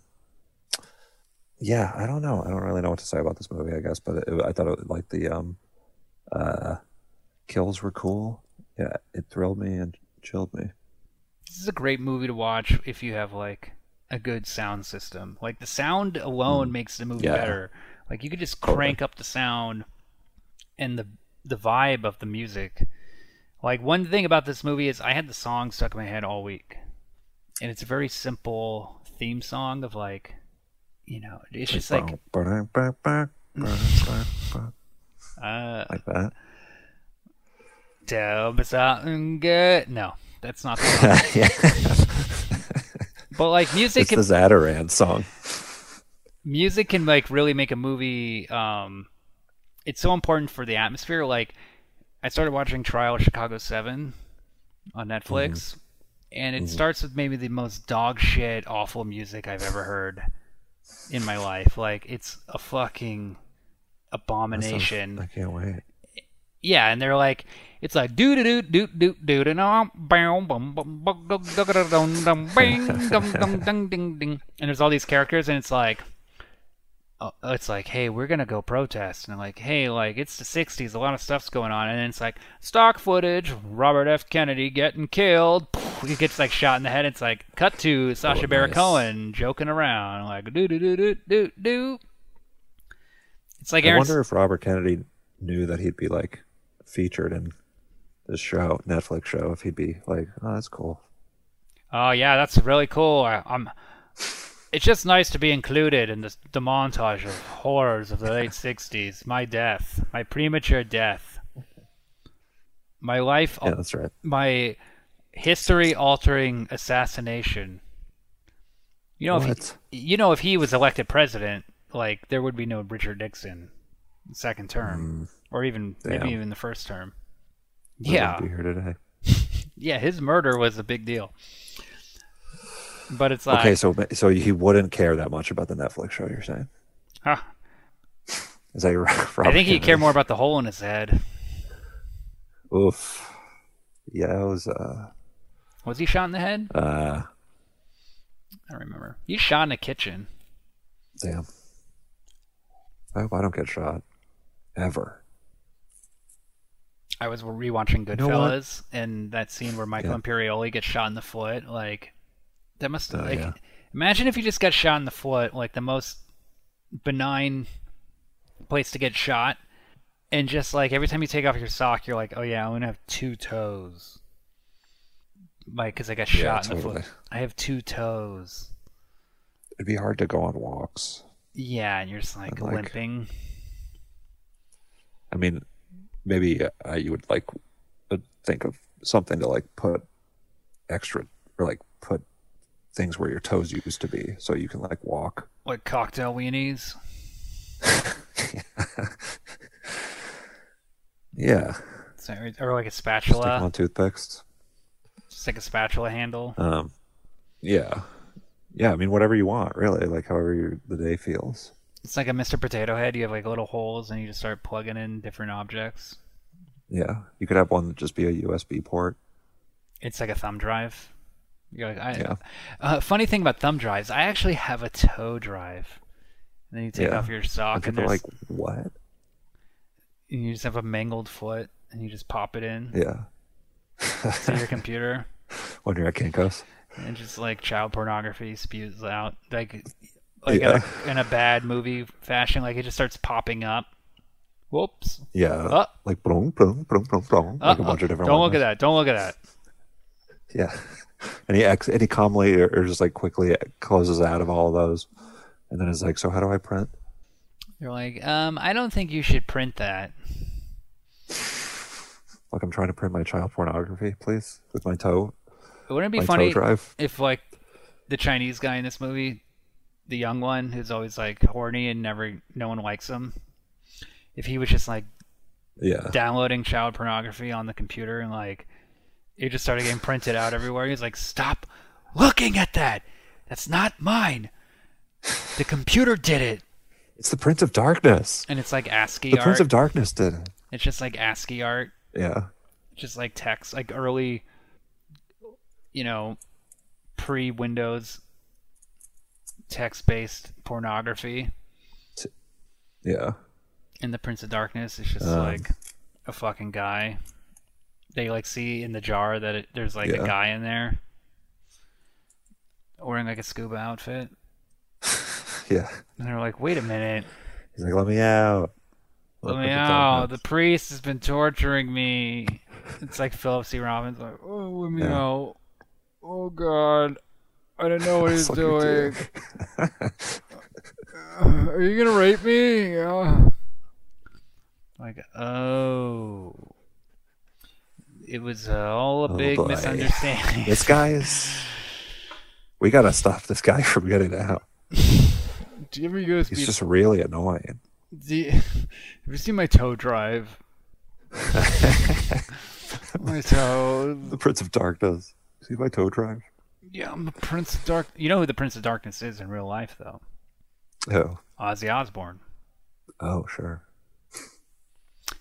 Speaker 1: yeah, I don't know. I don't really know what to say about this movie. I guess, but it, I thought it like the um, uh, kills were cool. Yeah, it thrilled me and chilled me.
Speaker 2: this is a great movie to watch if you have like a good sound system. Like the sound alone makes the movie
Speaker 1: Hmm. Yeah.
Speaker 2: better. Like you could just crank up the sound and the the vibe of the music. Like one thing about this movie is I had the song stuck in my head all week. And it's a very simple theme song of like you know, it's just like
Speaker 1: like
Speaker 2: uh
Speaker 1: that.
Speaker 2: tell me something good. No, that's not the song.
Speaker 1: yeah,
Speaker 2: but like music
Speaker 1: it's
Speaker 2: can
Speaker 1: the Zataran song.
Speaker 2: music can like really make a movie um it's so important for the atmosphere like i started watching trial of chicago 7 on netflix and it starts with maybe the most dog shit awful music i've ever heard in my life like it's a fucking abomination
Speaker 1: I can't wait.
Speaker 2: yeah, and they're like, it's like doo doo doo doo doo doo doo dum bam bum bum bum dum dum dum dum dum bing dum dum ding ding ding, and there's all these characters, and it's like, uh, it's like, hey, we're gonna go protest, and like, hey, like it's the '60s, a lot of stuff's going on, and then it's like stock footage, Robert F. Kennedy getting killed, he gets like shot in the head. It's like cut to Sasha Baron
Speaker 1: Oh, nice.
Speaker 2: Cohen joking around, like doo doo doo doo doo doo. It's like
Speaker 1: I
Speaker 2: Aaron's-
Speaker 1: wonder if Robert Kennedy knew that he'd be like featured in this show, Netflix show. If he'd be like, oh, that's cool.
Speaker 2: Oh yeah, that's really cool. I, I'm. It's just nice to be included in this, the montage of horrors of the late '60s. My death, my premature death, my life,
Speaker 1: Yeah, that's right.
Speaker 2: my history-altering assassination. You know, if
Speaker 1: What?
Speaker 2: he, you know, if he was elected president, like there would be no Richard Nixon, second term, or even maybe
Speaker 1: Mm, Damn.
Speaker 2: even the first term.
Speaker 1: We
Speaker 2: Yeah,
Speaker 1: wouldn't be here today.
Speaker 2: yeah, his murder was a big deal. But it's like,
Speaker 1: Okay, so so he wouldn't care that much about the Netflix show. You're saying?
Speaker 2: huh,
Speaker 1: Is that your? Robert
Speaker 2: I think he'd
Speaker 1: Kennedy?
Speaker 2: care more about the hole in his head.
Speaker 1: Oof. Yeah, it was. Uh,
Speaker 2: Was he shot in the head?
Speaker 1: uh,
Speaker 2: I don't remember. He was shot in a kitchen.
Speaker 1: damn. I hope I don't get shot, ever.
Speaker 2: I was rewatching
Speaker 1: know what?
Speaker 2: Goodfellas, and that scene where Michael
Speaker 1: Yeah.
Speaker 2: Imperioli gets shot in the foot. Like that must
Speaker 1: Oh,
Speaker 2: like
Speaker 1: yeah.
Speaker 2: imagine if you just got shot in the foot, like the most benign place to get shot, and just like every time you take off your sock, you're like, oh yeah, I'm gonna have two toes. Like, cause I got
Speaker 1: Yeah,
Speaker 2: shot in the
Speaker 1: totally.
Speaker 2: foot. I have two toes.
Speaker 1: It'd be hard to go on walks.
Speaker 2: Yeah, and you're just like
Speaker 1: like-
Speaker 2: limping.
Speaker 1: I mean, maybe uh, you would like uh, think of something to like put extra or like put things where your toes used to be, so you can like walk.
Speaker 2: Like cocktail weenies.
Speaker 1: Yeah,
Speaker 2: So- Or like a
Speaker 1: stick
Speaker 2: spatula.
Speaker 1: on toothpicks.
Speaker 2: Just like a spatula handle.
Speaker 1: Um, yeah, yeah. I mean, whatever you want, really. Like however your, the day feels.
Speaker 2: It's like a Mr. Potato Head. You have like little holes and you just start plugging in different objects.
Speaker 1: Yeah, you could have one that just be a USB port.
Speaker 2: It's like a thumb drive. You're like, I,
Speaker 1: Yeah.
Speaker 2: uh, funny thing about thumb drives, I actually have a toe drive. And then you take
Speaker 1: Yeah.
Speaker 2: off your
Speaker 1: And
Speaker 2: sock and,
Speaker 1: people are
Speaker 2: there's-
Speaker 1: like, what?
Speaker 2: and you just have a mangled foot and you just pop it in
Speaker 1: Yeah,
Speaker 2: to your computer.
Speaker 1: when you're at Kinko's.
Speaker 2: and just like child pornography spews out like like
Speaker 1: Yeah.
Speaker 2: in, a, in a bad movie fashion like it just starts popping up whoops
Speaker 1: Yeah,
Speaker 2: Uh.
Speaker 1: like boom, boom, boom, boom, boom, like a
Speaker 2: Uh-oh.
Speaker 1: bunch of different.
Speaker 2: don't look
Speaker 1: ones.
Speaker 2: at that don't look at that
Speaker 1: Yeah. And he, ex- and he calmly or, or just like quickly closes out of all those. And then it's like, so how do I print?
Speaker 2: They're like, um, I don't think you should print that.
Speaker 1: Look, I'm trying to print my child pornography, please, with my toe,
Speaker 2: Wouldn't it be
Speaker 1: my
Speaker 2: funny
Speaker 1: toe drive.
Speaker 2: if like the Chinese guy in this movie, the young one who's always like horny and never no one likes him, if he was just like
Speaker 1: Yeah,
Speaker 2: downloading child pornography on the computer and like it just started getting printed out everywhere. He's like, "Stop looking at that. That's not mine. The computer did it."
Speaker 1: it's the Prince of Darkness.
Speaker 2: And it's like ASCII
Speaker 1: The
Speaker 2: art.
Speaker 1: Prince of Darkness did it.
Speaker 2: it's just like ASCII art,
Speaker 1: Yeah,
Speaker 2: just like text, like early, you know, pre-Windows text-based pornography.
Speaker 1: yeah.
Speaker 2: in the Prince of Darkness. It's just
Speaker 1: Um,
Speaker 2: like a fucking guy. They like see in the jar that it, there's like
Speaker 1: Yeah.
Speaker 2: a guy in there wearing like a scuba outfit,
Speaker 1: Yeah.
Speaker 2: and they're like, "Wait a minute,
Speaker 1: He's like, let me out.
Speaker 2: let
Speaker 1: Welcome
Speaker 2: me
Speaker 1: to
Speaker 2: out! The
Speaker 1: darkness.
Speaker 2: priest has been torturing me." It's like Philip C. Robbins, like, "Oh, let me
Speaker 1: Yeah.
Speaker 2: out! Oh God, I don't know what he's
Speaker 1: Suck your
Speaker 2: doing.
Speaker 1: dick.
Speaker 2: Are you gonna rape me?" Uh, like, oh. It was uh, all a
Speaker 1: Oh,
Speaker 2: big
Speaker 1: boy.
Speaker 2: misunderstanding.
Speaker 1: this guy is. We gotta stop this guy from getting out.
Speaker 2: Do you ever use
Speaker 1: He's just really annoying.
Speaker 2: do you- have you seen my toe drive? my toe.
Speaker 1: The Prince of Darkness. See my toe drive?
Speaker 2: Yeah, I'm the Prince of Dark. You know who the Prince of Darkness is in real life, though?
Speaker 1: Oh,
Speaker 2: Ozzy Osbourne.
Speaker 1: oh, sure.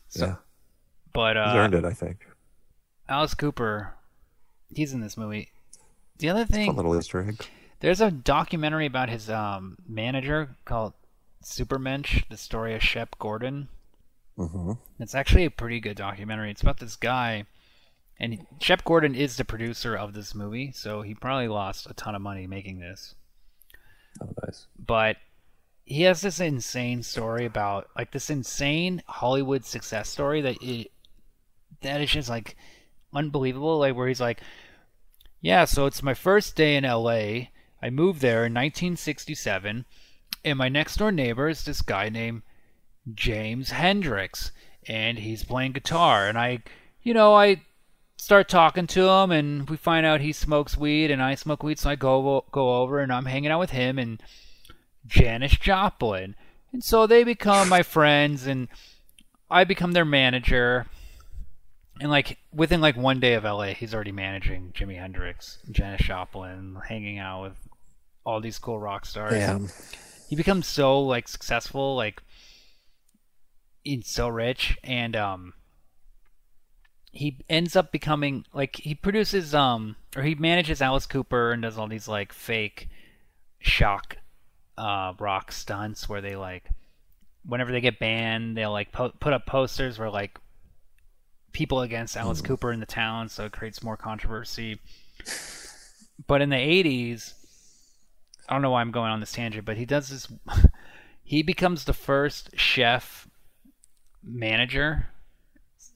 Speaker 2: So-
Speaker 1: yeah,
Speaker 2: But
Speaker 1: he's
Speaker 2: uh,
Speaker 1: earned it. I think.
Speaker 2: Alice Cooper, he's in this movie. The other
Speaker 1: Fun
Speaker 2: thing,
Speaker 1: little Easter egg.
Speaker 2: there's a documentary about his um, manager called Supermensch, the story of Shep Gordon.
Speaker 1: hmm
Speaker 2: It's actually a pretty good documentary. It's about this guy, and Shep Gordon is the producer of this movie, so he probably lost a ton of money making this.
Speaker 1: Oh, nice.
Speaker 2: But he has this insane story about like this insane Hollywood success story that it, that is just like unbelievable. Like where he's like, yeah, so it's my first day in L.A. I moved there in 1967, and my next door neighbor is this guy named James Hendrix, and he's playing guitar. And I, you know, I start talking to him, and we find out he smokes weed, and I smoke weed. So I go go over, and I'm hanging out with him and Janis Joplin, and so they become my friends, and I become their manager. And like within like one day of LA, he's already managing Jimi Hendrix, Janis Joplin, hanging out with all these cool rock stars
Speaker 1: Damn.
Speaker 2: he becomes so like successful like he's so rich and um he ends up becoming like he produces um or he manages alice cooper and does all these like fake shock uh rock stunts where they like whenever they get banned they'll like po- put up posters where like people against alice cooper in the town so it creates more controversy but in the 80s I don't know why I'm going on this tangent, but he does this. he becomes the first chef manager,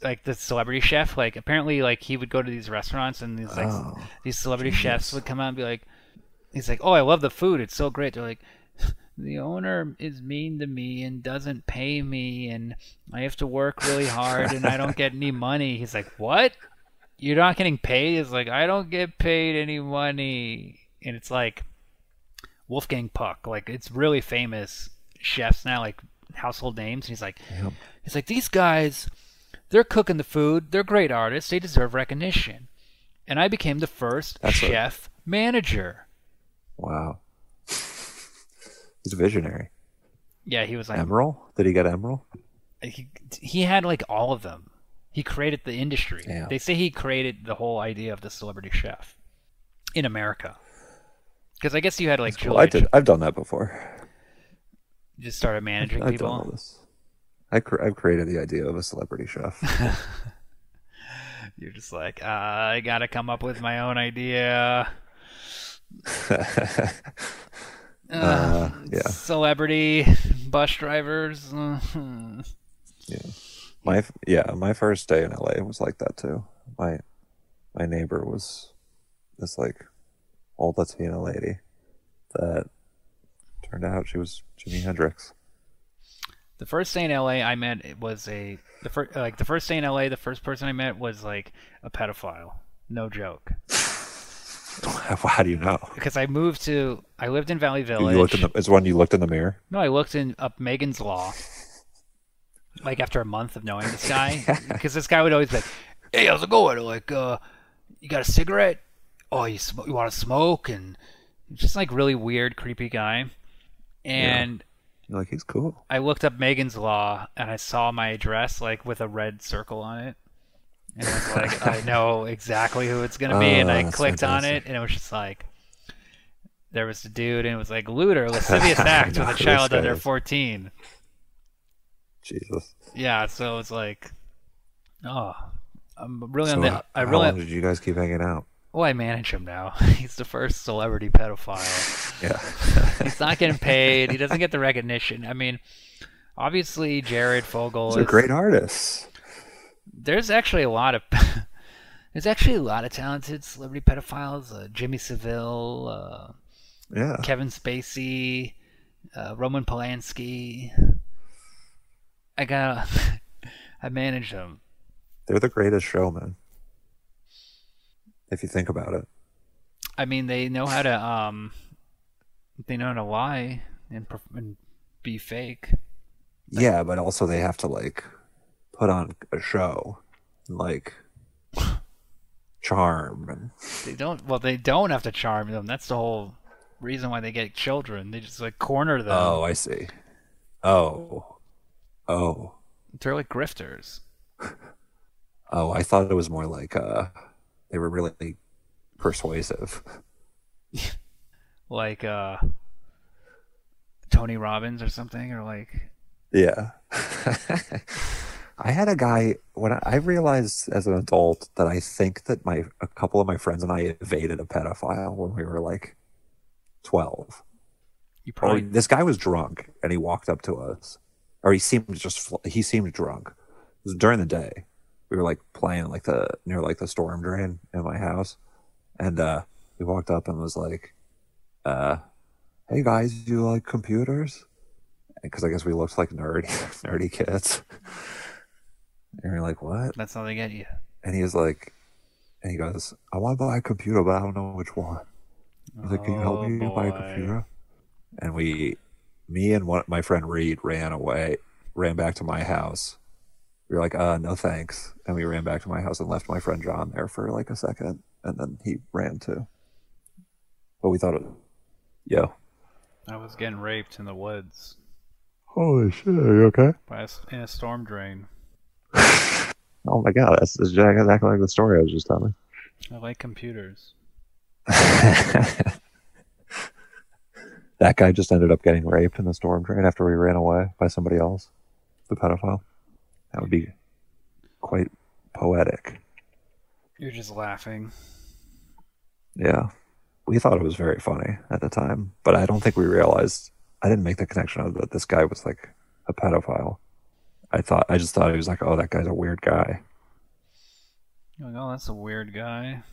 Speaker 2: like the celebrity chef. Like apparently, like he would go to these restaurants and these like
Speaker 1: Oh.
Speaker 2: these celebrity chefs would come out and be like, he's like, oh, I love the food. It's so great. They're like. The owner is mean to me and doesn't pay me, and I have to work really hard, and I don't get any money. He's like, "What? You're not getting paid?" He's like, "I don't get paid any money," and it's like, Wolfgang Puck. Like it's really famous chefs now, like household names. And he's like,
Speaker 1: Yep.
Speaker 2: he's like these guys, they're cooking the food. They're great artists. They deserve recognition. And I became the first
Speaker 1: That's what-
Speaker 2: chef manager.
Speaker 1: Wow. He's a visionary.
Speaker 2: Yeah, he was like
Speaker 1: Emerald? Did he get Emerald?
Speaker 2: he, he had like all of them. He created the industry.
Speaker 1: Yeah.
Speaker 2: They say he created the whole idea of the celebrity chef in America. Because I guess you had like
Speaker 1: Well, I
Speaker 2: Julia
Speaker 1: did. I've done that before.
Speaker 2: just started managing
Speaker 1: I've
Speaker 2: people.
Speaker 1: done all this. I cr- I've created the idea of a celebrity chef.
Speaker 2: You're just like, uh, I gotta come up with my own idea. Uh,
Speaker 1: Uh, yeah.
Speaker 2: Celebrity bus drivers.
Speaker 1: my f- yeah my first day in la was like that too my my neighbor was this like old latina lady that turned out she was jimi hendrix
Speaker 2: the first day in LA I met it was a the first like the first day in LA the first person I met was like a pedophile. No joke.
Speaker 1: How do you know?
Speaker 2: Because I moved to I lived in Valley Village.
Speaker 1: You looked in the, it's when you looked in the mirror.
Speaker 2: No, I looked in up Megan's Law. Like after a month of knowing this guy, because this guy would always be like, "Hey, how's it going? Like, uh, you got a cigarette? Oh, you sm- you want to smoke?" And just like really weird, creepy guy. And
Speaker 1: You're like, he's cool.
Speaker 2: I looked up Megan's Law and I saw my address like with a red circle on it. And I was like, I know exactly who it's gonna be. and
Speaker 1: Oh,
Speaker 2: I
Speaker 1: that's
Speaker 2: clicked on it and it was just like there was the dude and it was like looter, lascivious
Speaker 1: I
Speaker 2: act
Speaker 1: know
Speaker 2: with a
Speaker 1: who this
Speaker 2: child
Speaker 1: guy
Speaker 2: under
Speaker 1: is.
Speaker 2: fourteen.
Speaker 1: Jesus.
Speaker 2: Yeah, so it's like oh I'm really
Speaker 1: So
Speaker 2: on the
Speaker 1: how-
Speaker 2: I
Speaker 1: how
Speaker 2: really
Speaker 1: long did you guys keep hanging out?
Speaker 2: well, I manage him now. He's the first celebrity pedophile.
Speaker 1: Yeah.
Speaker 2: He's not getting paid. He doesn't get the recognition. I mean, obviously Jared Fogle
Speaker 1: Those are
Speaker 2: is
Speaker 1: great artists.
Speaker 2: there's actually a lot of there's actually a lot of talented celebrity pedophiles. Uh, Jimmy Seville,
Speaker 1: Yeah.
Speaker 2: uh, Kevin Spacey, uh, Roman Polanski. I got I managed them.
Speaker 1: They're the greatest showmen. If you think about it.
Speaker 2: I mean, they know how to um, they know how to lie and, perf- and be fake.
Speaker 1: Yeah, but also they have to like put on a show, and, like charm and
Speaker 2: They don't. Well, they don't have to charm them. That's the whole reason why they get children. They just like corner them.
Speaker 1: Oh, I see. Oh. Oh.
Speaker 2: They're like grifters.
Speaker 1: Oh, I thought it was more like uh they were really persuasive.
Speaker 2: like uh Tony Robbins or something or like
Speaker 1: Yeah. I had a guy when I, I realized as an adult that I think that my a couple of my friends and I evaded a pedophile when we were like 12.
Speaker 2: you
Speaker 1: Or
Speaker 2: probably
Speaker 1: this guy was drunk and he walked up to us, or he seemed just fl- he seemed drunk. It was during the day. We were like playing like the near like the storm drain in my house, and uh, he walked up and was like, uh, "Hey guys, do you like computers?" Because I guess we looked like nerdy nerdy kids. And we we're like, "What?"
Speaker 2: that's how they get you.
Speaker 1: And he's like, and he goes, "I want to buy a computer, but I don't know which one." I was like, "Can you help
Speaker 2: Oh,
Speaker 1: me buy a
Speaker 2: boy.
Speaker 1: computer?" And we, me and one, my friend Reed, ran away, ran back to my house. We were like, "Uh, no thanks," and we ran back to my house and left my friend John there for like a second, and then he ran too. But we thought, it, yo,
Speaker 2: I was getting raped in the woods
Speaker 1: holy shit, are you okay?
Speaker 2: by a s in a storm drain.
Speaker 1: Oh my god, that's that's exactly like the story I was just telling.
Speaker 2: I like computers.
Speaker 1: that guy just ended up getting raped in the storm drain after we ran away by somebody else, the pedophile. That would be quite poetic.
Speaker 2: You're just laughing.
Speaker 1: Yeah. We thought it was very funny at the time, but I don't think we realized. I didn't make the connection of that this guy was like a pedophile. I thought I just thought he was like, oh, that guy's a weird guy.
Speaker 2: You're like, oh, that's a weird guy.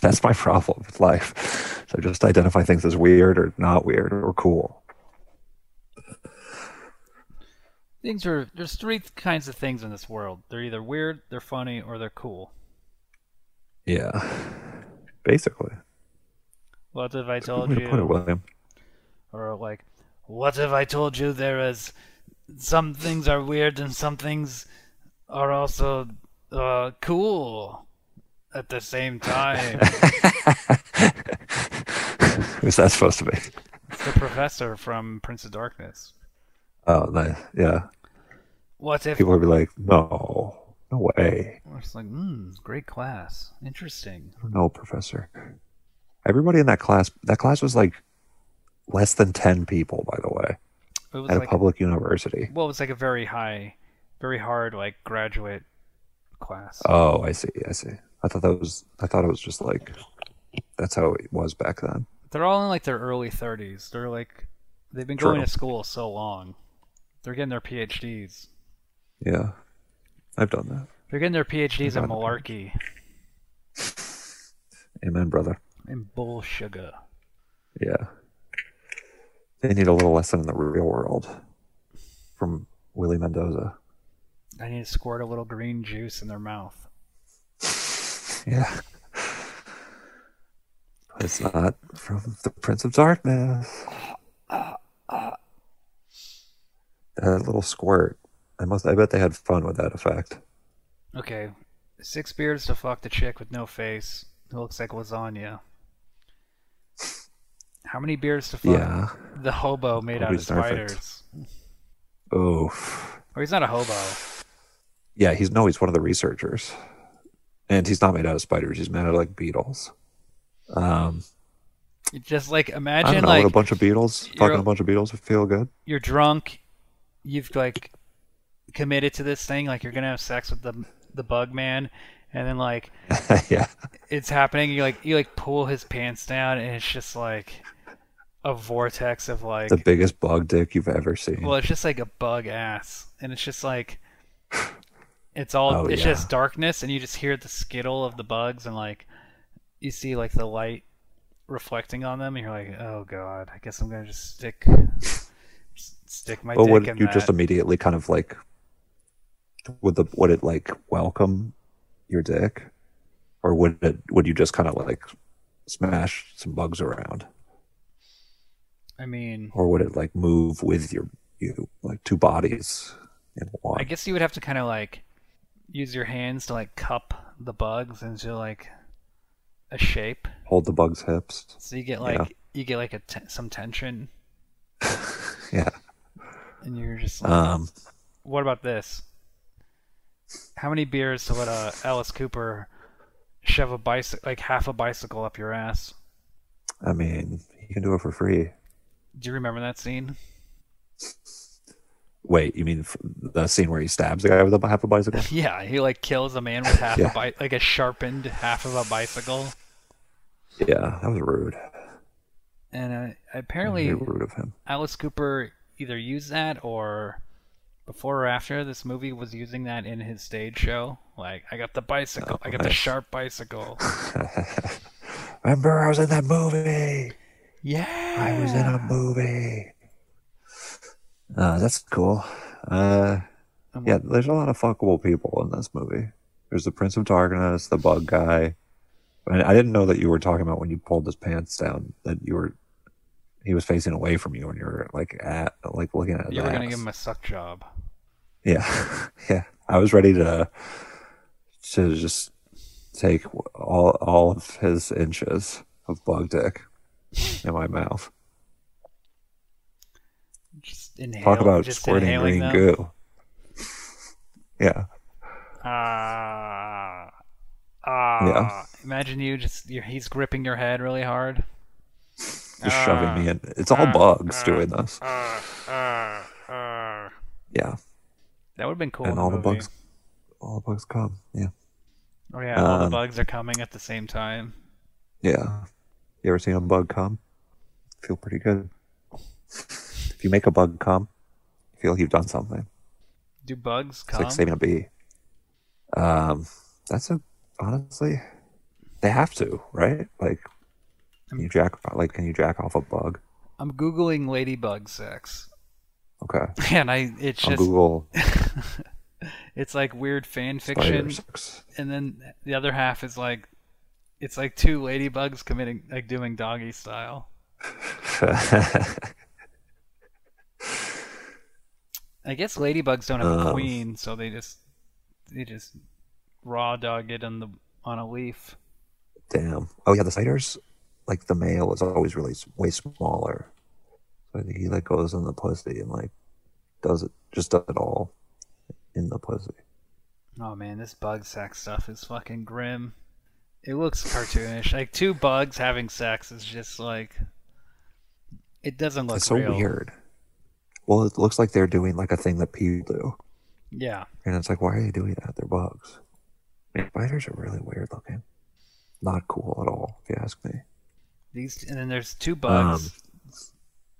Speaker 1: That's my problem with life. So just identify things as weird or not weird or cool.
Speaker 2: Things are there's three kinds of things in this world. They're either weird, they're funny, or they're cool.
Speaker 1: Yeah, basically.
Speaker 2: What if I
Speaker 1: Good
Speaker 2: told
Speaker 1: way to put it,
Speaker 2: you?
Speaker 1: William.
Speaker 2: Or like, what if I told you there is some things are weird and some things are also uh, cool at the same time?
Speaker 1: Who's that supposed to be?
Speaker 2: it's the professor from Prince of Darkness.
Speaker 1: Oh, nice. Yeah.
Speaker 2: What if
Speaker 1: People would be like, no, no way.
Speaker 2: it's like, hmm, great class, interesting.
Speaker 1: No, professor. Everybody in that class, that class was like less than 10 people, by the way,
Speaker 2: It was
Speaker 1: at
Speaker 2: like
Speaker 1: a public university.
Speaker 2: well, it was like a very high, very hard like graduate class.
Speaker 1: Oh, I see. I see. I thought that was, I thought it was just like, that's how it was back then.
Speaker 2: They're all in like their early 30s. They're like they've been
Speaker 1: True.
Speaker 2: going to school so long. They're getting their PhDs.
Speaker 1: Yeah. I've done that.
Speaker 2: They're getting their PhDs in
Speaker 1: Got it.
Speaker 2: malarkey
Speaker 1: Amen, brother.
Speaker 2: and bull sugar.
Speaker 1: Yeah. They need a little lesson in the real world. from Willie Mendoza.
Speaker 2: I need to squirt a little green juice in their mouth.
Speaker 1: Yeah. But it's not from the Prince of Darkness. That little squirt. I must I bet they had fun with that effect.
Speaker 2: Okay. Six beards to fuck the chick with no face who looks like lasagna. How many beards to fuck
Speaker 1: Yeah.
Speaker 2: the hobo made out of
Speaker 1: Nobody's perfect.
Speaker 2: spiders?
Speaker 1: Oof.
Speaker 2: Or he's not a hobo.
Speaker 1: Yeah, he's no, he's one of the researchers. And he's not made out of spiders, he's made out of like beetles. Um
Speaker 2: It's Just like
Speaker 1: I don't
Speaker 2: imagine
Speaker 1: know,
Speaker 2: like
Speaker 1: would a bunch of beetles
Speaker 2: you're-
Speaker 1: fucking a bunch of beetles would feel good.
Speaker 2: you're drunk, you've like committed to this thing, like you're gonna have sex with the the bug man, and then like
Speaker 1: yeah.
Speaker 2: it's happening, you like you like pull his pants down, and it's just like a vortex of like
Speaker 1: The biggest bug dick you've ever seen.
Speaker 2: well, it's just like a bug ass, and it's just like it's all
Speaker 1: Oh,
Speaker 2: it's
Speaker 1: yeah.
Speaker 2: just darkness, and you just hear the skittle of the bugs, and like you see like the light reflecting on them, and you're like, oh god, I guess I'm gonna just stick s- stick my
Speaker 1: But
Speaker 2: dick
Speaker 1: would
Speaker 2: in
Speaker 1: you
Speaker 2: that.
Speaker 1: just immediately kind of like would the would it like welcome your dick, or would it would you just kind of like smash some bugs around,
Speaker 2: I mean,
Speaker 1: or would it like move with your you like two bodies in one?
Speaker 2: I guess you would have to kind of like use your hands to like cup the bugs into like a shape,
Speaker 1: Hold the bugs' hips.
Speaker 2: so you get like
Speaker 1: Yeah.
Speaker 2: you get like a t- some tension,
Speaker 1: Yeah.
Speaker 2: and you're just like,
Speaker 1: Um.
Speaker 2: what about this? How many beers to let uh, Alice Cooper shove a bicycle, like half a bicycle up your ass?
Speaker 1: I mean, you can do it for free.
Speaker 2: Do you remember that scene?
Speaker 1: Wait, you mean f- the scene where he stabs the guy with a half a bicycle?
Speaker 2: Yeah, he like kills a man with half
Speaker 1: Yeah.
Speaker 2: a bi- like a sharpened half of a bicycle,
Speaker 1: yeah, that was rude.
Speaker 2: and uh,
Speaker 1: Very
Speaker 2: apparently
Speaker 1: rude of him.
Speaker 2: Alice Cooper either used that or before or after this movie was using that in his stage show. Like, I got the bicycle. I got the
Speaker 1: Oh, nice.
Speaker 2: sharp bicycle.
Speaker 1: Remember, I was in that movie.
Speaker 2: yeah.
Speaker 1: I was in a movie. Uh, that's cool. Uh,
Speaker 2: And
Speaker 1: yeah, there's a lot of fuckable people in this movie. There's the Prince of Darkness, the bug guy. And I didn't know that you were talking about when you pulled his pants down that you were he was facing away from you and you were like at like looking at his
Speaker 2: You were going to
Speaker 1: ass.
Speaker 2: give him a suck job.
Speaker 1: Yeah, yeah. I was ready to to just take all all of his inches of bug dick in my mouth.
Speaker 2: Just inhale,
Speaker 1: Talk about
Speaker 2: just
Speaker 1: squirting
Speaker 2: inhaling
Speaker 1: green
Speaker 2: them.
Speaker 1: goo. Yeah,
Speaker 2: Ah. Ah.
Speaker 1: Yeah.
Speaker 2: Imagine you just, you're, he's gripping your head really hard. Ah.
Speaker 1: just shoving me in. It's all bugs doing this. Yeah,
Speaker 2: Ah. That would have been cool. in
Speaker 1: and all the
Speaker 2: movie.
Speaker 1: bugs, all the bugs come. Yeah,
Speaker 2: Oh, yeah. all the
Speaker 1: um,
Speaker 2: bugs are coming at the same time.
Speaker 1: yeah. You ever seen a bug come? Feel pretty good. If you make a bug come, you feel you've done something.
Speaker 2: Do bugs
Speaker 1: It's
Speaker 2: come?
Speaker 1: like saving a bee. Um, that's a honestly, they have to, right? Like,
Speaker 2: Um,
Speaker 1: can you jack like can you jack off a bug?
Speaker 2: I'm googling ladybug sex,
Speaker 1: Okay,
Speaker 2: and I it's
Speaker 1: on
Speaker 2: just
Speaker 1: Google
Speaker 2: it's like weird fan fiction,
Speaker 1: spider sex.
Speaker 2: and then the other half is like it's like two ladybugs committing like doing doggy style. I guess ladybugs don't have a
Speaker 1: Um.
Speaker 2: queen, so they just they just raw dog it on the on a leaf.
Speaker 1: Damn. Oh yeah, the spiders, like the male is always really s- way smaller. So I think he like goes in the pussy and like does it just does it all in the pussy.
Speaker 2: Oh man, this bug sex stuff is fucking grim. It looks cartoonish. Like two bugs having sex is just like it doesn't look
Speaker 1: It's so
Speaker 2: real.
Speaker 1: weird. Well, it looks like they're doing like a thing that people do.
Speaker 2: Yeah.
Speaker 1: And it's like, why are they doing that? They're bugs. I mean, spiders are really weird looking. Not cool at all, if you ask me.
Speaker 2: These and then there's
Speaker 1: Um,
Speaker 2: two bugs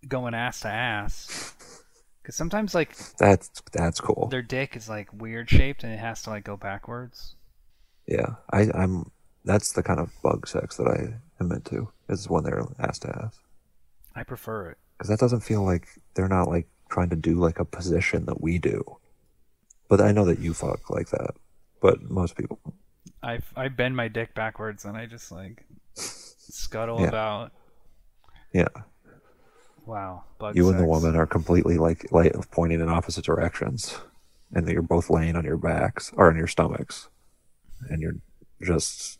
Speaker 2: going ass to ass. Because sometimes like
Speaker 1: That's that's cool.
Speaker 2: their dick is like weird shaped and it has to like go backwards.
Speaker 1: Yeah, I, I'm. That's the kind of bug sex that I am into. Is when they're ass to ass,
Speaker 2: I prefer it.
Speaker 1: because that doesn't feel like they're not like trying to do like a position that we do. But I know that you fuck like that. But most people,
Speaker 2: I I bend my dick backwards and I just like scuttle
Speaker 1: Yeah.
Speaker 2: about.
Speaker 1: yeah,
Speaker 2: Wow, bug
Speaker 1: you and the
Speaker 2: sex.
Speaker 1: woman are completely like like pointing in opposite directions, and that you're both laying on your backs or on your stomachs, and you're just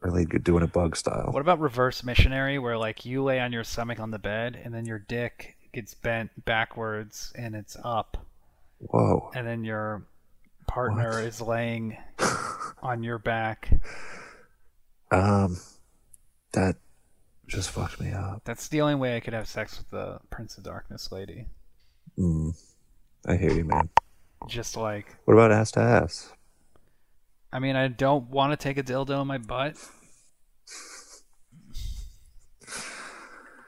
Speaker 1: really good doing a bug style.
Speaker 2: What about reverse missionary, where like you lay on your stomach on the bed and then your dick gets bent backwards and it's up,
Speaker 1: Whoa,
Speaker 2: and then your partner
Speaker 1: What?
Speaker 2: is laying on your back.
Speaker 1: um, that just fucked me up.
Speaker 2: That's the only way I could have sex with the Prince of Darkness lady.
Speaker 1: Mm. I hear you, man.
Speaker 2: Just like,
Speaker 1: What about ass to ass?
Speaker 2: I mean, I don't want to take a dildo in my butt.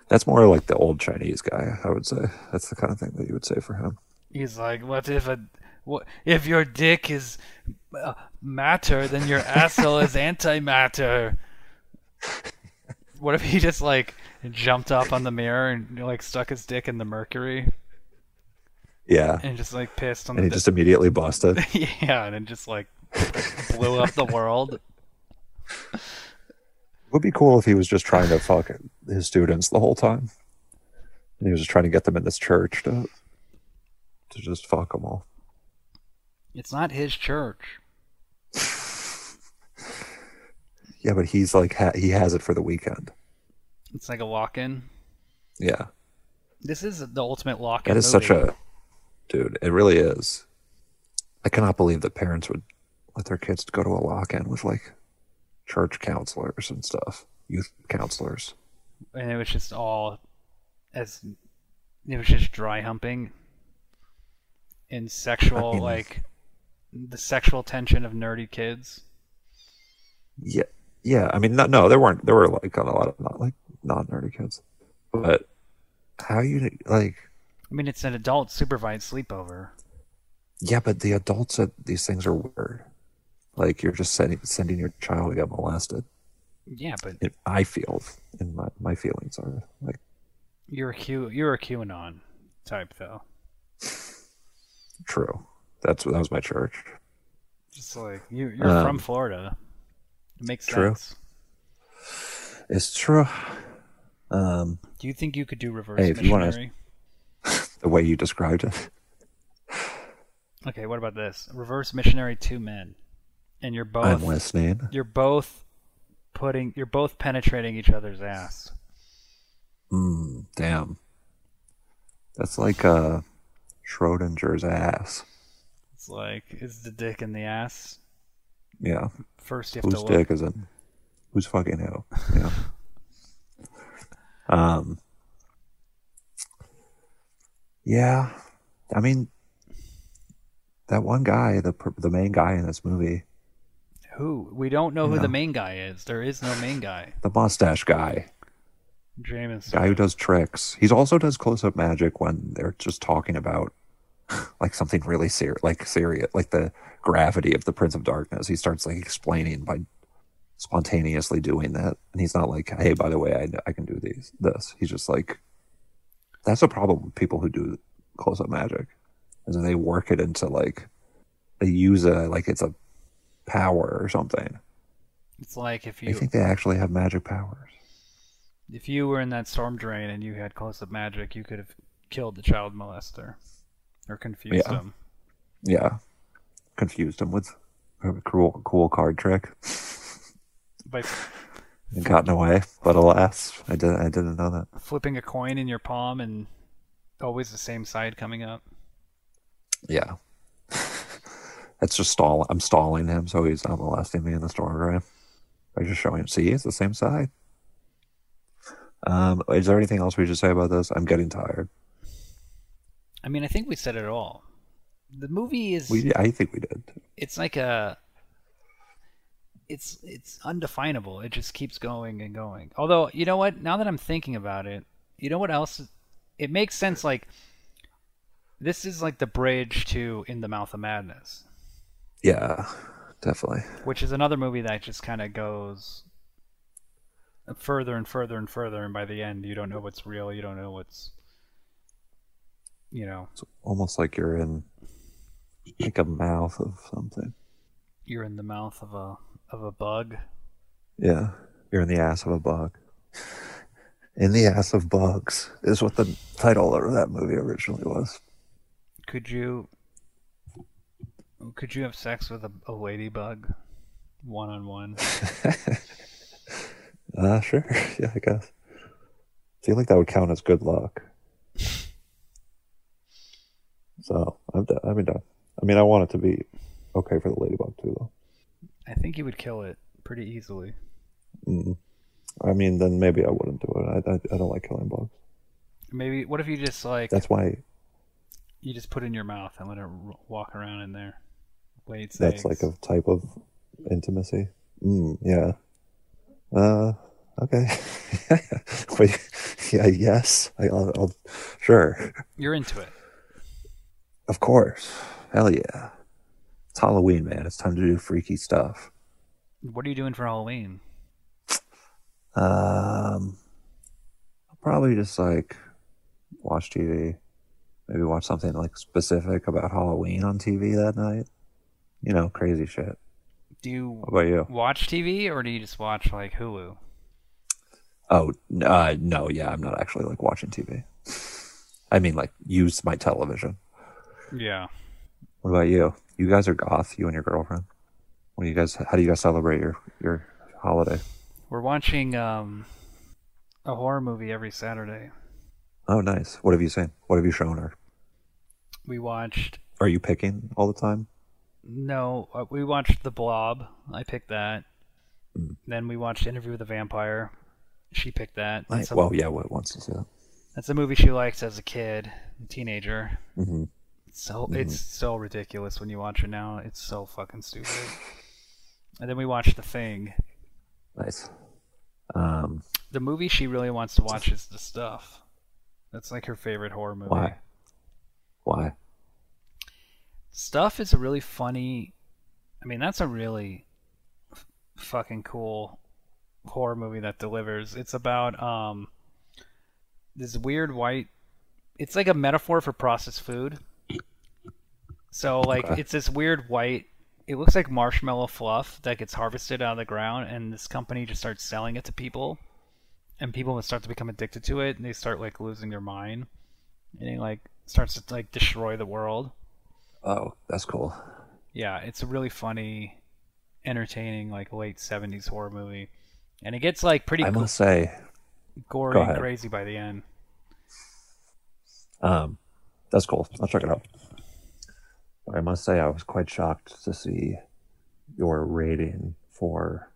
Speaker 1: That's more like the old Chinese guy, I would say. That's the kind of thing that you would say for him.
Speaker 2: He's like, what if a, what if your dick is uh, matter, then your asshole is antimatter. What if he just like jumped up on the mirror and like stuck his dick in the mercury
Speaker 1: Yeah.
Speaker 2: and just like pissed on
Speaker 1: And he
Speaker 2: the
Speaker 1: just immediately busted.
Speaker 2: yeah, and it just like blew up the world.
Speaker 1: It would be cool if he was just trying to fuck his students the whole time. And he was just trying to get them in this church to, to just fuck them all.
Speaker 2: It's not his church.
Speaker 1: Yeah, but he's like, ha- he has it for the weekend.
Speaker 2: It's like a lock-in.
Speaker 1: Yeah.
Speaker 2: This is the ultimate lock-in.
Speaker 1: That is such
Speaker 2: movie.
Speaker 1: a. Dude, it really is. I cannot believe that parents would let their kids go to a lock in with like church counselors and stuff, youth counselors.
Speaker 2: and it was just all as it was just dry humping and sexual
Speaker 1: I mean-
Speaker 2: like the sexual tension of nerdy kids
Speaker 1: Yeah, yeah. I mean, no, no, there weren't. There were like a lot of not like non nerdy kids, but how you like?
Speaker 2: i mean it's an adult supervised sleepover
Speaker 1: Yeah, but the adults at these things are weird. Like you're just sending sending your child to get molested.
Speaker 2: yeah but
Speaker 1: It, I feel, and my my feelings are like
Speaker 2: you're a q you're a qanon type though
Speaker 1: true. That's that was my church.
Speaker 2: just like you, you're from
Speaker 1: Um,
Speaker 2: florida it makes
Speaker 1: true.
Speaker 2: sense
Speaker 1: It's true. Um,
Speaker 2: do you think you could do reverse
Speaker 1: Hey, if you wanna-
Speaker 2: missionary
Speaker 1: the way you described it.
Speaker 2: okay what about this reverse missionary two men and you're both
Speaker 1: I'm listening.
Speaker 2: you're both putting you're both penetrating each other's ass
Speaker 1: Mm, damn. That's like uh, Schrodinger's ass.
Speaker 2: It's like, is the dick in the ass?
Speaker 1: Yeah.
Speaker 2: First, you have
Speaker 1: Whose
Speaker 2: to look.
Speaker 1: dick is it? Who's fucking who? Yeah. um. Yeah, I mean, that one guy, the pr- the main guy in this movie,
Speaker 2: Who? We don't know who
Speaker 1: Yeah.
Speaker 2: the main guy is. There is no main guy.
Speaker 1: the mustache guy,
Speaker 2: Jameis.
Speaker 1: guy who does tricks. He also does close up magic when they're just talking about like something really serious, like serious, like the gravity of the Prince of Darkness. He starts like explaining by spontaneously doing that, and he's not like, "Hey, by the way, I, I can do these this." He's just like, "That's a problem with people who do close up magic, is that they work it into like they use a like it's a power or something.
Speaker 2: It's like if
Speaker 1: They
Speaker 2: you
Speaker 1: think they actually have magic powers."
Speaker 2: if you were in that storm drain and you had close up magic, you could have killed the child molester or confused
Speaker 1: Yeah.
Speaker 2: him.
Speaker 1: Yeah. Confused him with a cool, cool card trick
Speaker 2: By
Speaker 1: and gotten away. But alas, I didn't, I didn't know that.
Speaker 2: flipping a coin in your palm and always the same side coming up.
Speaker 1: Yeah. That's just stall. I'm stalling him, so he's not molesting me in the storm drain. I just showing him. See, it's the same side. Um, is there anything else we should say about this? I'm getting tired.
Speaker 2: I mean, I think we said it all. The movie is
Speaker 1: We, I think we did.
Speaker 2: it's like a it's it's undefinable it just keeps going and going although you know what now that i'm thinking about it you know what else it makes sense like this is like the bridge to in the mouth of madness
Speaker 1: Yeah, definitely.
Speaker 2: which is another movie that just kind of goes further and further and further and by the end you don't know what's real you don't know what's you know,
Speaker 1: It's almost like you're in like a mouth of something.
Speaker 2: you're in the mouth of a of a bug.
Speaker 1: Yeah, you're in the ass of a bug. In the ass of bugs is what the title of that movie originally was.
Speaker 2: Could you could you have sex with a, a ladybug one on one?
Speaker 1: Uh, sure. Yeah, I guess. I feel like that would count as good luck. So I'm done. I mean, done. I mean, I want it to be okay for the ladybug too, though.
Speaker 2: I think you would kill it pretty easily.
Speaker 1: Mm. I mean, then maybe I wouldn't do it. I, I, I don't like killing bugs.
Speaker 2: Maybe what if you just like
Speaker 1: That's why.
Speaker 2: you just put it in your mouth and let it r- walk around in there? Wait,
Speaker 1: That's like a type of intimacy. Mm, yeah. Uh. Okay. Wait. Yeah. Yes. I, I'll, I'll. Sure.
Speaker 2: you're into it.
Speaker 1: Of course. Hell yeah. It's Halloween, man. It's time to do freaky stuff.
Speaker 2: What are you doing for Halloween?
Speaker 1: Um, I'll probably just like watch TV. Maybe watch something like specific about Halloween on TV that night. You know, crazy shit.
Speaker 2: Do you
Speaker 1: What about you?
Speaker 2: watch TV or do you just watch like Hulu?
Speaker 1: Oh, n- uh, no, yeah, I'm not actually like watching TV. I mean, like use my television.
Speaker 2: Yeah.
Speaker 1: What about you? You guys are goth. You and your girlfriend. What do you guys? How do you guys celebrate your your holiday?
Speaker 2: We're watching um, a horror movie every Saturday.
Speaker 1: Oh, nice. What have you seen? What have you shown her?
Speaker 2: We watched
Speaker 1: Are you picking all the time?
Speaker 2: no, uh, we watched The Blob. I picked that.
Speaker 1: Hmm.
Speaker 2: Then we watched Interview with the Vampire. She picked that. That's,
Speaker 1: I,
Speaker 2: a,
Speaker 1: well, yeah, what wants to see that?
Speaker 2: that's a movie she likes as a kid, teenager.
Speaker 1: hmm
Speaker 2: So it's so ridiculous when you watch it now. It's so fucking stupid. and then we watched The Thing.
Speaker 1: Nice. Um,
Speaker 2: The movie she really wants to watch is The Stuff. That's like her favorite horror movie.
Speaker 1: why? Why?
Speaker 2: Stuff is a really funny. I mean, that's a really f- fucking cool horror movie that delivers. It's about um this weird white. It's like a metaphor for processed food. So like
Speaker 1: Okay.
Speaker 2: it's this weird white. It looks like marshmallow fluff that gets harvested out of the ground, and this company just starts selling it to people, and people will start to become addicted to it, and they start like losing their mind, and it like starts to like destroy the world.
Speaker 1: Oh, that's cool.
Speaker 2: Yeah, it's a really funny, entertaining, like late seventies horror movie, and it gets like pretty
Speaker 1: I
Speaker 2: go-
Speaker 1: must say,
Speaker 2: gory
Speaker 1: go
Speaker 2: and
Speaker 1: ahead.
Speaker 2: crazy by the end.
Speaker 1: um, that's cool. I'll check it out. But I must say, I was quite shocked to see your rating for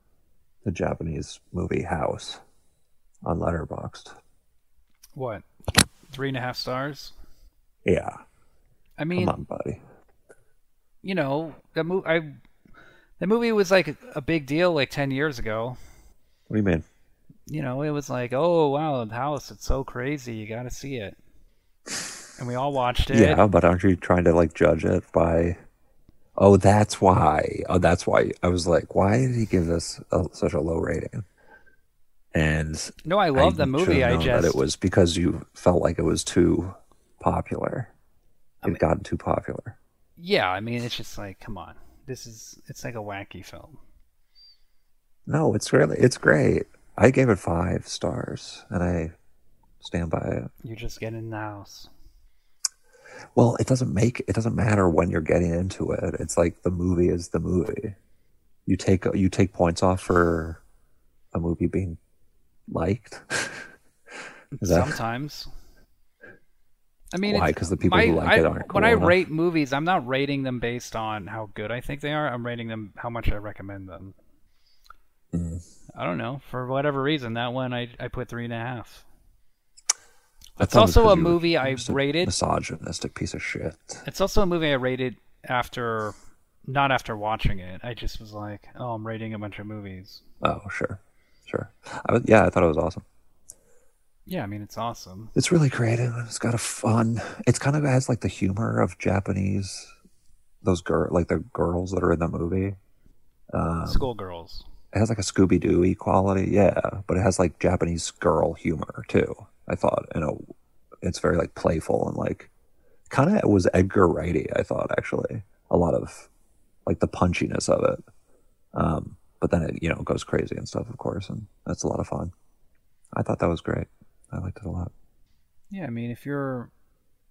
Speaker 1: the Japanese movie House on Letterboxd.
Speaker 2: What, three and a half stars?
Speaker 1: Yeah,
Speaker 2: I
Speaker 1: come
Speaker 2: mean,
Speaker 1: on, buddy.
Speaker 2: you know, that movie. I that movie was like a big deal like ten years ago.
Speaker 1: What do you mean?
Speaker 2: You know, it was like, oh wow, the house, it's so crazy, you got to see it. And we all watched it.
Speaker 1: Yeah, but aren't you trying to like judge it by? Oh, that's why. Oh, that's why. I was like, why did he give this a, such a low rating? And
Speaker 2: No, I love the
Speaker 1: should've
Speaker 2: movie. I
Speaker 1: known
Speaker 2: just
Speaker 1: that it was because you felt like it was too popular. It had gotten too popular.
Speaker 2: yeah. I mean, it's just like, come on, this is it's like a wacky film.
Speaker 1: No, it's really it's great. I gave it five stars, and I stand by it.
Speaker 2: You just get in the house.
Speaker 1: Well, it doesn't make it doesn't matter when you're getting into it. It's like the movie is the movie. You take you take points off for a movie being liked. Is that-
Speaker 2: Sometimes. I mean,
Speaker 1: Why?
Speaker 2: it's-
Speaker 1: 'Cause the people who like
Speaker 2: I,
Speaker 1: it aren't
Speaker 2: When
Speaker 1: cool
Speaker 2: I
Speaker 1: enough?
Speaker 2: rate movies, I'm not rating them based on how good I think they are. I'm rating them how much I recommend them.
Speaker 1: Mm.
Speaker 2: I don't know. For whatever reason, that one I, I put three and a half.
Speaker 1: I
Speaker 2: It's
Speaker 1: thought it was
Speaker 2: also
Speaker 1: 'cause
Speaker 2: a
Speaker 1: you were
Speaker 2: movie I
Speaker 1: just a
Speaker 2: rated.
Speaker 1: misogynistic piece of shit.
Speaker 2: It's also a movie I rated after, not after watching it. I just was like, oh, I'm rating a bunch of movies.
Speaker 1: Oh, sure, sure. I was, yeah, I thought it was awesome.
Speaker 2: Yeah, I mean, it's awesome.
Speaker 1: It's really creative. It's got a fun. It's kind of has like the humor of Japanese, those girl like the girls that are in the movie. Um,
Speaker 2: Schoolgirls.
Speaker 1: It has like a Scooby Doo quality, yeah, but it has like Japanese girl humor too. I thought, you know, it's very like playful and like kind of was Edgar Wrighty. I thought actually a lot of like the punchiness of it. Um, but then it you know goes crazy and stuff, of course, and that's a lot of fun. I thought that was great. I liked it a lot.
Speaker 2: Yeah, I mean, if you're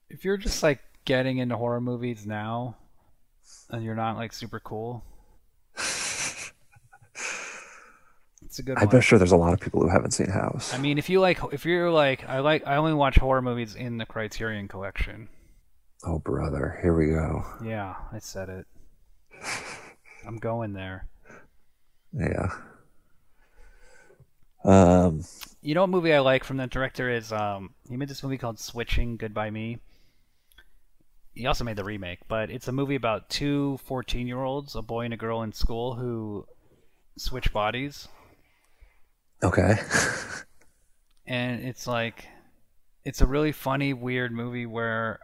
Speaker 2: if you're just like getting into horror movies now, and you're not like super cool, it's a good.
Speaker 1: I'm
Speaker 2: one.
Speaker 1: sure there's a lot of people who haven't seen House.
Speaker 2: I mean, if you like, if you're like, I like, I only watch horror movies in the Criterion Collection.
Speaker 1: oh brother, here we go.
Speaker 2: Yeah, I said it. I'm going there.
Speaker 1: Yeah. Um.
Speaker 2: You know what movie I like from that director is um he made this movie called Switching Goodbye Me. He also made the remake, but it's a movie about two 14-year-olds, a boy and a girl in school who switch bodies
Speaker 1: Okay.
Speaker 2: and it's like it's a really funny weird movie where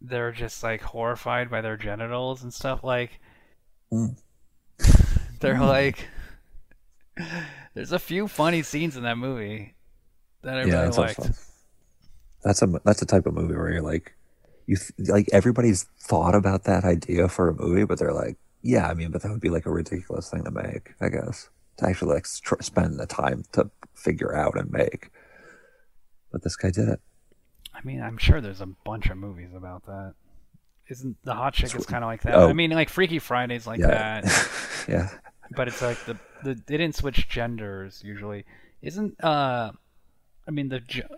Speaker 2: they're just like horrified by their genitals and stuff like
Speaker 1: Mm.
Speaker 2: they're like there's a few funny scenes in that movie that I
Speaker 1: yeah,
Speaker 2: really
Speaker 1: that sounds
Speaker 2: liked.
Speaker 1: fun. That's a that's the type of movie where you're like, you th- like everybody's thought about that idea for a movie, but they're like, yeah, I mean, but that would be like a ridiculous thing to make, I guess, to actually like str- spend the time to figure out and make. But this guy did it.
Speaker 2: I mean, I'm sure there's a bunch of movies about that. Isn't the hot chick is kind of like that?
Speaker 1: oh.
Speaker 2: I mean, like Freaky Friday's like
Speaker 1: Yeah.
Speaker 2: that,
Speaker 1: yeah.
Speaker 2: but it's like the, the they didn't switch genders usually. Isn't uh, I mean the Ju-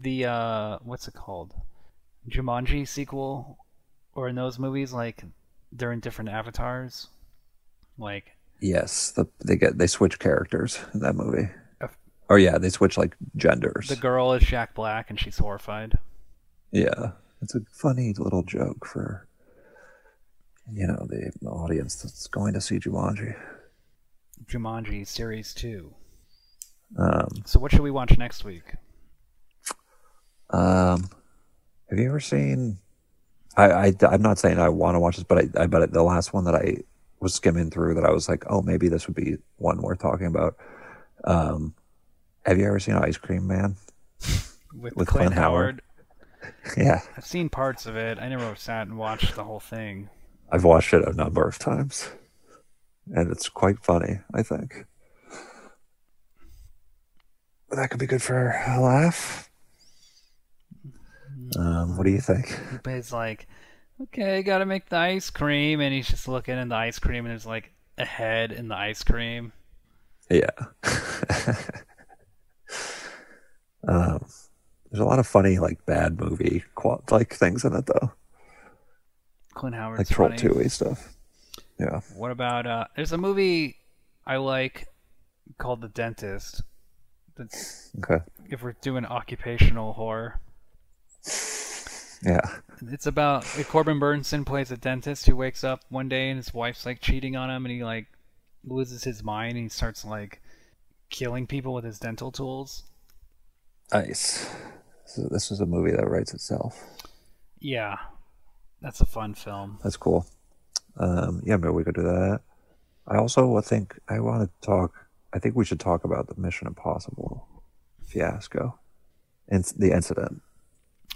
Speaker 2: the uh what's it called Jumanji sequel or in those movies like they're in different avatars, like
Speaker 1: Yes. The, they get they switch characters in that movie.
Speaker 2: Of-
Speaker 1: Oh yeah, they switch like genders.
Speaker 2: the girl is Jack Black and she's horrified.
Speaker 1: Yeah, it's a funny little joke for you know the the audience that's going to see Jumanji.
Speaker 2: Jumanji series two.
Speaker 1: Um,
Speaker 2: So what should we watch next week?
Speaker 1: um, have you ever seen? I, I am not saying I want to watch this, but I I bet it, the last one that I was skimming through that I was like, oh, maybe this would be one worth talking about. Um, have you ever seen Ice Cream Man?
Speaker 2: With,
Speaker 1: With
Speaker 2: Clint,
Speaker 1: Clint
Speaker 2: Howard.
Speaker 1: Howard. yeah,
Speaker 2: I've seen parts of it. I never sat and watched the whole thing.
Speaker 1: I've watched it a number of times, and it's quite funny. I think that could be good for a laugh. Um, what do you think?
Speaker 2: But it's like, okay, gotta make the ice cream, and he's just looking in the ice cream, and there's like a head in the ice cream.
Speaker 1: Yeah. um, there's a lot of funny, like bad movie, qual- like things in it though,
Speaker 2: Clint Howard's
Speaker 1: like Troll
Speaker 2: funny.
Speaker 1: Two y stuff. Yeah.
Speaker 2: What about uh? There's a movie I like called The Dentist. That's
Speaker 1: Okay.
Speaker 2: if we're doing occupational horror.
Speaker 1: Yeah.
Speaker 2: It's about Corbin Burnson plays a dentist who wakes up one day and his wife's like cheating on him, and he like loses his mind and he starts like killing people with his dental tools.
Speaker 1: Nice. So this is a movie that writes itself.
Speaker 2: Yeah, that's a fun film.
Speaker 1: That's cool. Um, yeah, maybe we could do that. I also think I want to talk. I think we should talk about the Mission Impossible fiasco and the incident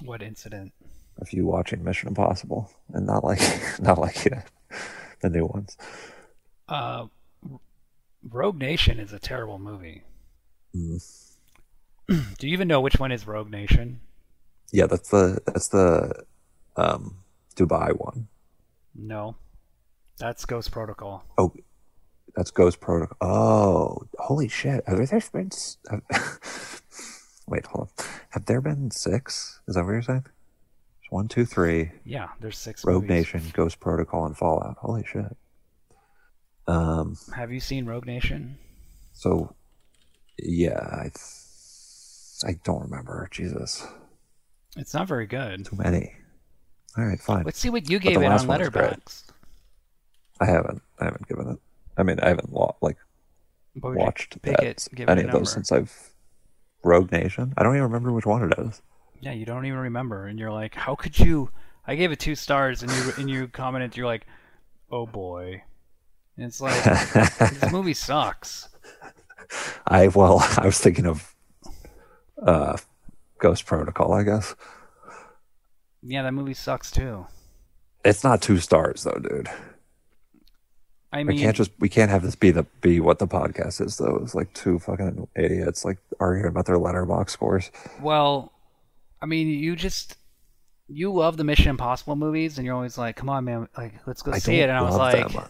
Speaker 2: What incident?
Speaker 1: of you watching Mission Impossible and not like not like you know, the new ones.
Speaker 2: Uh, Rogue Nation is a terrible movie.
Speaker 1: Mm.
Speaker 2: Do you even know which one is Rogue Nation?
Speaker 1: Yeah, that's the that's the um, Dubai one.
Speaker 2: No, that's Ghost Protocol.
Speaker 1: Oh, that's Ghost Protocol. Oh, holy shit! Have there been? s- Have, wait, hold on. Have there been six? Is that what you're saying? There's one, two, three.
Speaker 2: Yeah, there's six.
Speaker 1: Rogue
Speaker 2: movies.
Speaker 1: Nation, Ghost Protocol, and Fallout. Holy shit! Um.
Speaker 2: Have you seen Rogue Nation?
Speaker 1: So, yeah, I, th- I don't remember. Jesus,
Speaker 2: It's not very good.
Speaker 1: too many. All right, fine.
Speaker 2: Let's see what you
Speaker 1: But
Speaker 2: gave
Speaker 1: the
Speaker 2: it on
Speaker 1: last one was great.
Speaker 2: Letterboxd.
Speaker 1: I haven't. I haven't given it. I mean, I haven't lo- like
Speaker 2: What would Oh, you
Speaker 1: watched
Speaker 2: pick
Speaker 1: that,
Speaker 2: it, give it
Speaker 1: any
Speaker 2: a
Speaker 1: of those
Speaker 2: number.
Speaker 1: since I've Rogue Nation. I don't even remember which one it is.
Speaker 2: Yeah, you don't even remember, and you're like, "How could you?" I gave it two stars, and you and you commented, "You're like, oh boy," and it's like this movie sucks.
Speaker 1: I well, I was thinking of uh, Ghost Protocol, I guess.
Speaker 2: Yeah, that movie sucks too.
Speaker 1: It's not two stars though, dude.
Speaker 2: I
Speaker 1: We
Speaker 2: mean,
Speaker 1: can't just we can't have this be the be what the podcast is though. It's like two fucking idiots like arguing about their letterbox scores.
Speaker 2: well, I mean, you just you love the Mission Impossible movies, and you're always like, "Come on, man, like let's go
Speaker 1: I
Speaker 2: see it."
Speaker 1: don't
Speaker 2: And I was
Speaker 1: love
Speaker 2: like,
Speaker 1: them.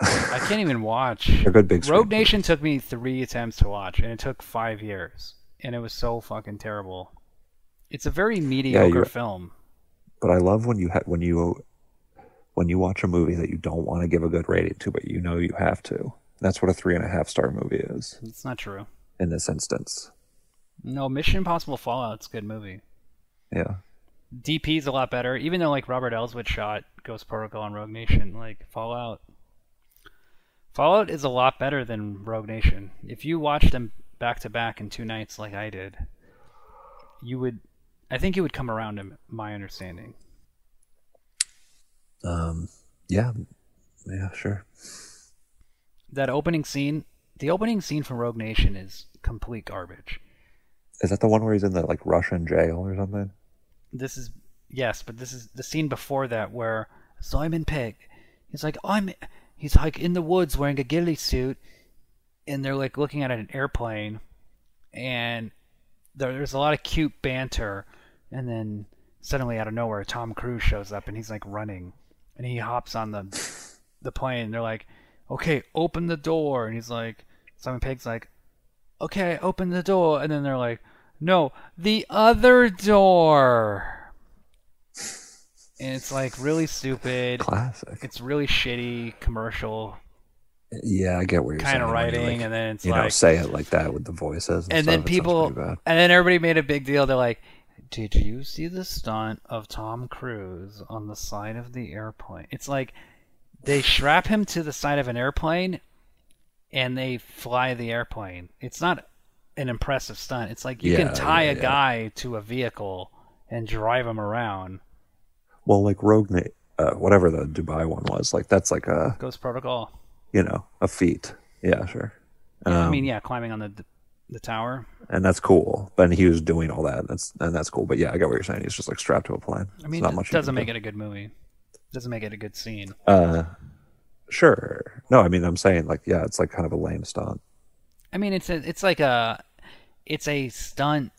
Speaker 2: "I can't even watch."
Speaker 1: They're good big
Speaker 2: Rogue
Speaker 1: screen.
Speaker 2: Nation took me three attempts to watch, and it took five years, and it was so fucking terrible. It's a very mediocre
Speaker 1: you're-
Speaker 2: film.
Speaker 1: But I love when you ha- when you when you watch a movie that you don't want to give a good rating to, but you know you have to. That's what a three and a half star movie is
Speaker 2: It's not true.
Speaker 1: in this instance.
Speaker 2: No, Mission Impossible Fallout's a good movie.
Speaker 1: Yeah.
Speaker 2: DP's a lot better, even though like Robert Elswit shot Ghost Protocol and Rogue Nation, like Fallout. Fallout is a lot better than Rogue Nation. If you watched them back to back in two nights like I did, you would I think you would come around to my understanding.
Speaker 1: Um. Yeah. Yeah. Sure.
Speaker 2: That opening scene the opening scene from Rogue Nation is complete garbage.
Speaker 1: Is that the one where he's in the like Russian jail or something?
Speaker 2: this is yes, but this is the scene before that where Simon Pegg, he's like I'm, he's like in the woods wearing a ghillie suit, and they're like looking at an airplane, and there, there's a lot of cute banter, and then suddenly out of nowhere Tom Cruise shows up and he's like running, and he hops on the the plane. And they're like, okay, open the door, and he's like Simon Pegg's like, okay, open the door, and then they're like. No, the other door. And it's like really stupid.
Speaker 1: Classic.
Speaker 2: It's really shitty commercial
Speaker 1: Yeah, I get where you're
Speaker 2: kind of
Speaker 1: saying, when you,
Speaker 2: writing,
Speaker 1: like,
Speaker 2: and then it's
Speaker 1: you know,
Speaker 2: like,
Speaker 1: say it like that with the voices, and,
Speaker 2: and
Speaker 1: stuff,
Speaker 2: then
Speaker 1: it sounds
Speaker 2: people,
Speaker 1: pretty bad.
Speaker 2: and then everybody made a big deal. They're like, "Did you see the stunt of Tom Cruise on the side of the airplane?" It's like they strap him to the side of an airplane, and they fly the airplane. It's not an impressive stunt. It's like you
Speaker 1: Yeah,
Speaker 2: can tie
Speaker 1: yeah,
Speaker 2: a
Speaker 1: yeah.
Speaker 2: guy to a vehicle and drive him around.
Speaker 1: Well, like Rogue, Na- uh, whatever the Dubai one was, like that's like a
Speaker 2: Ghost Protocol.
Speaker 1: you know a feat. Yeah, sure.
Speaker 2: I
Speaker 1: Um,
Speaker 2: mean, yeah, climbing on the the tower.
Speaker 1: and that's cool. But he was doing all that. That's and that's cool. But yeah, I get what you're saying. He's just like strapped to a plane.
Speaker 2: I mean,
Speaker 1: it's not
Speaker 2: it
Speaker 1: much.
Speaker 2: doesn't make it a good movie. Doesn't make it a good scene.
Speaker 1: Uh, sure. No, I mean I'm saying like yeah, it's like kind of a lame stunt.
Speaker 2: I mean, it's a, it's like a it's a stunt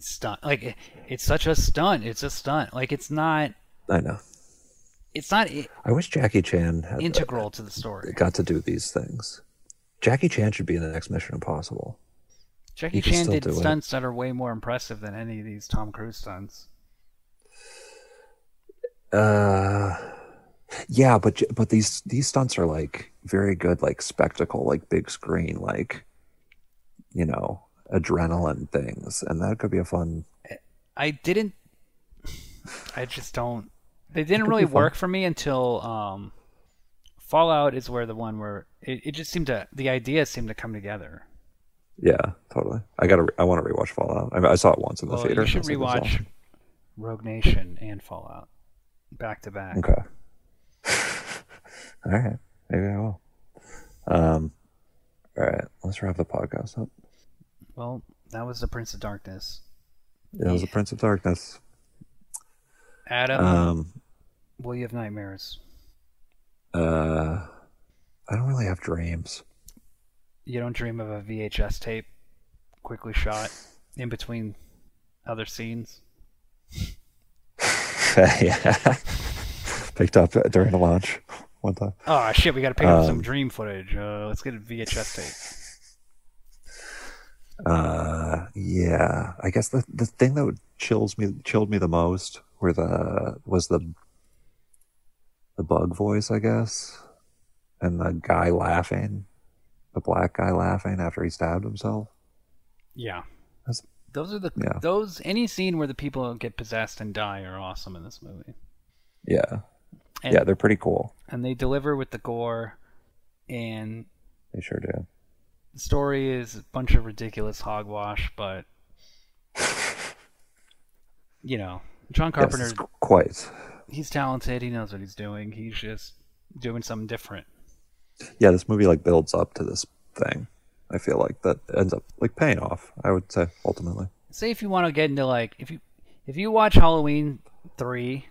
Speaker 2: stunt. Like it- it's such a stunt. It's a stunt. Like it's not
Speaker 1: I know.
Speaker 2: it's not i-
Speaker 1: I wish Jackie Chan had
Speaker 2: integral to the story.
Speaker 1: got to do these things. Jackie Chan should be in the next Mission Impossible.
Speaker 2: Jackie
Speaker 1: you can
Speaker 2: Chan
Speaker 1: still
Speaker 2: did
Speaker 1: do it.
Speaker 2: stunts that are way more impressive than any of these Tom Cruise stunts.
Speaker 1: Uh, yeah, but j- but these these stunts are like very good, like spectacle, like big screen, like you know, adrenaline things, and that could be a fun.
Speaker 2: I didn't. I just don't. They didn't
Speaker 1: could
Speaker 2: really
Speaker 1: be fun.
Speaker 2: work for me until um, Fallout is where the one where it, it just seemed to the ideas seemed to come together.
Speaker 1: Yeah, totally. I gotta. Re- I want to rewatch Fallout. I, mean, I saw it once in the
Speaker 2: Well,
Speaker 1: theater.
Speaker 2: Oh, you should
Speaker 1: and I was like,
Speaker 2: rewatch Rogue Nation and Fallout back to back.
Speaker 1: this is awesome. Okay. all right, maybe I will. Um, all right, let's wrap the podcast up.
Speaker 2: Well, that was the Prince of Darkness.
Speaker 1: It was the Prince of Darkness.
Speaker 2: Adam,
Speaker 1: Um,
Speaker 2: will you have nightmares?
Speaker 1: uh, I don't really have dreams.
Speaker 2: You don't dream of a VHS tape quickly shot in between other scenes.
Speaker 1: yeah. Picked up during the launch one time.
Speaker 2: Oh shit, we got to pick up some
Speaker 1: Um,
Speaker 2: dream footage. Uh, let's get a VHS tape.
Speaker 1: Uh, yeah. I guess the the thing that would chills me chilled me the most were the was the the bug voice, I guess, and the guy laughing, the black guy laughing after he stabbed himself.
Speaker 2: Yeah.
Speaker 1: That's-
Speaker 2: those are the
Speaker 1: yeah.
Speaker 2: those any scene where the people get possessed and die are awesome in this movie.
Speaker 1: Yeah,
Speaker 2: And,
Speaker 1: yeah, they're pretty cool.
Speaker 2: and they deliver with the gore and
Speaker 1: They sure do.
Speaker 2: the story is a bunch of ridiculous hogwash, but you know, John
Speaker 1: Yes,
Speaker 2: Carpenter
Speaker 1: it's qu- quite.
Speaker 2: he's talented, he knows what he's doing. He's just doing something different.
Speaker 1: Yeah, this movie like builds up to this thing. I feel like that ends up like paying off. I would say ultimately.
Speaker 2: Say if you want to get into like if you if you watch Halloween three,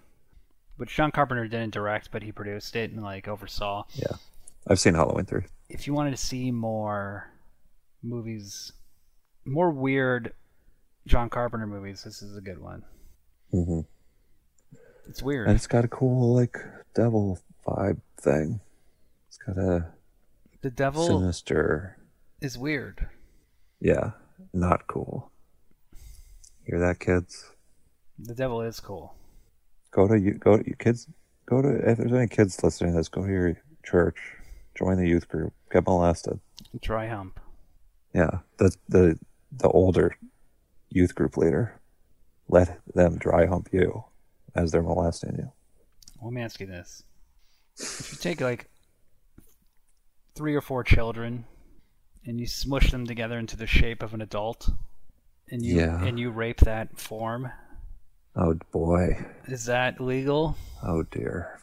Speaker 2: which John Carpenter didn't direct, but he produced it and like oversaw.
Speaker 1: Yeah, I've seen Halloween three.
Speaker 2: If you wanted to see more movies, more weird John Carpenter movies, this is a good one.
Speaker 1: hmm
Speaker 2: It's weird.
Speaker 1: And it's got a cool like devil vibe thing. It's got a
Speaker 2: the devil
Speaker 1: sinister.
Speaker 2: is weird.
Speaker 1: Yeah, not cool. Hear that, kids?
Speaker 2: The devil is cool.
Speaker 1: Go to you. Go to you kids. Go to if there's any kids listening to this, go to your church, join the youth group, get molested.
Speaker 2: Dry hump.
Speaker 1: Yeah, the the the older youth group leader, let them dry hump you as they're molesting you.
Speaker 2: Let me ask you this: If you take like three or four children and you smush them together into the shape of an adult, and you
Speaker 1: Yeah.
Speaker 2: and you rape that form,
Speaker 1: Oh boy.
Speaker 2: is that legal?
Speaker 1: Oh dear.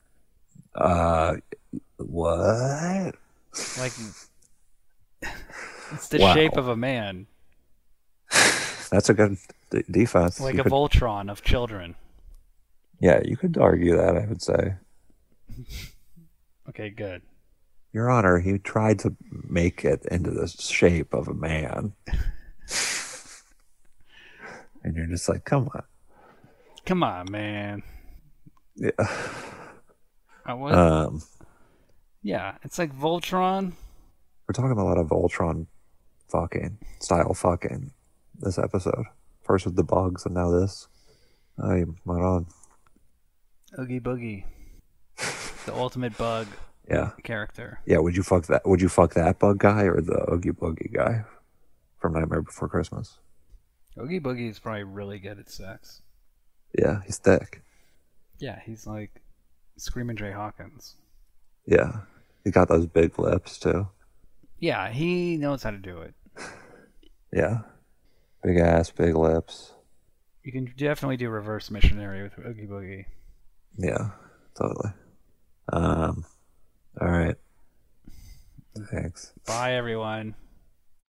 Speaker 1: Uh, what?
Speaker 2: Like, it's the
Speaker 1: Wow.
Speaker 2: shape of a man,
Speaker 1: That's a good d- defense.
Speaker 2: like
Speaker 1: You
Speaker 2: a
Speaker 1: could-
Speaker 2: Voltron of children.
Speaker 1: yeah, you could argue that. I would say,
Speaker 2: Okay, good.
Speaker 1: Your Honor, he tried to make it into the shape of a man, and you're just like, come on.
Speaker 2: Come on, man.
Speaker 1: Yeah.
Speaker 2: I was,
Speaker 1: Um,
Speaker 2: yeah, it's like Voltron.
Speaker 1: we're talking about a lot of Voltron fucking style fucking this episode. First with the bugs, and now this. Oh, I moron.
Speaker 2: Oogie Boogie, the ultimate bug
Speaker 1: Yeah.
Speaker 2: character.
Speaker 1: Yeah, would you fuck that? Would you fuck that bug guy or the Oogie Boogie guy from Nightmare Before Christmas?
Speaker 2: Oogie Boogie is probably really good at sex.
Speaker 1: Yeah, he's thick.
Speaker 2: Yeah, he's like screaming Jay Hawkins.
Speaker 1: Yeah, he got those big lips too.
Speaker 2: Yeah, he knows how to do it.
Speaker 1: Yeah, big ass, big lips.
Speaker 2: You can definitely do reverse missionary with Oogie Boogie.
Speaker 1: Yeah, totally. Um, all right. Thanks.
Speaker 2: Bye, everyone.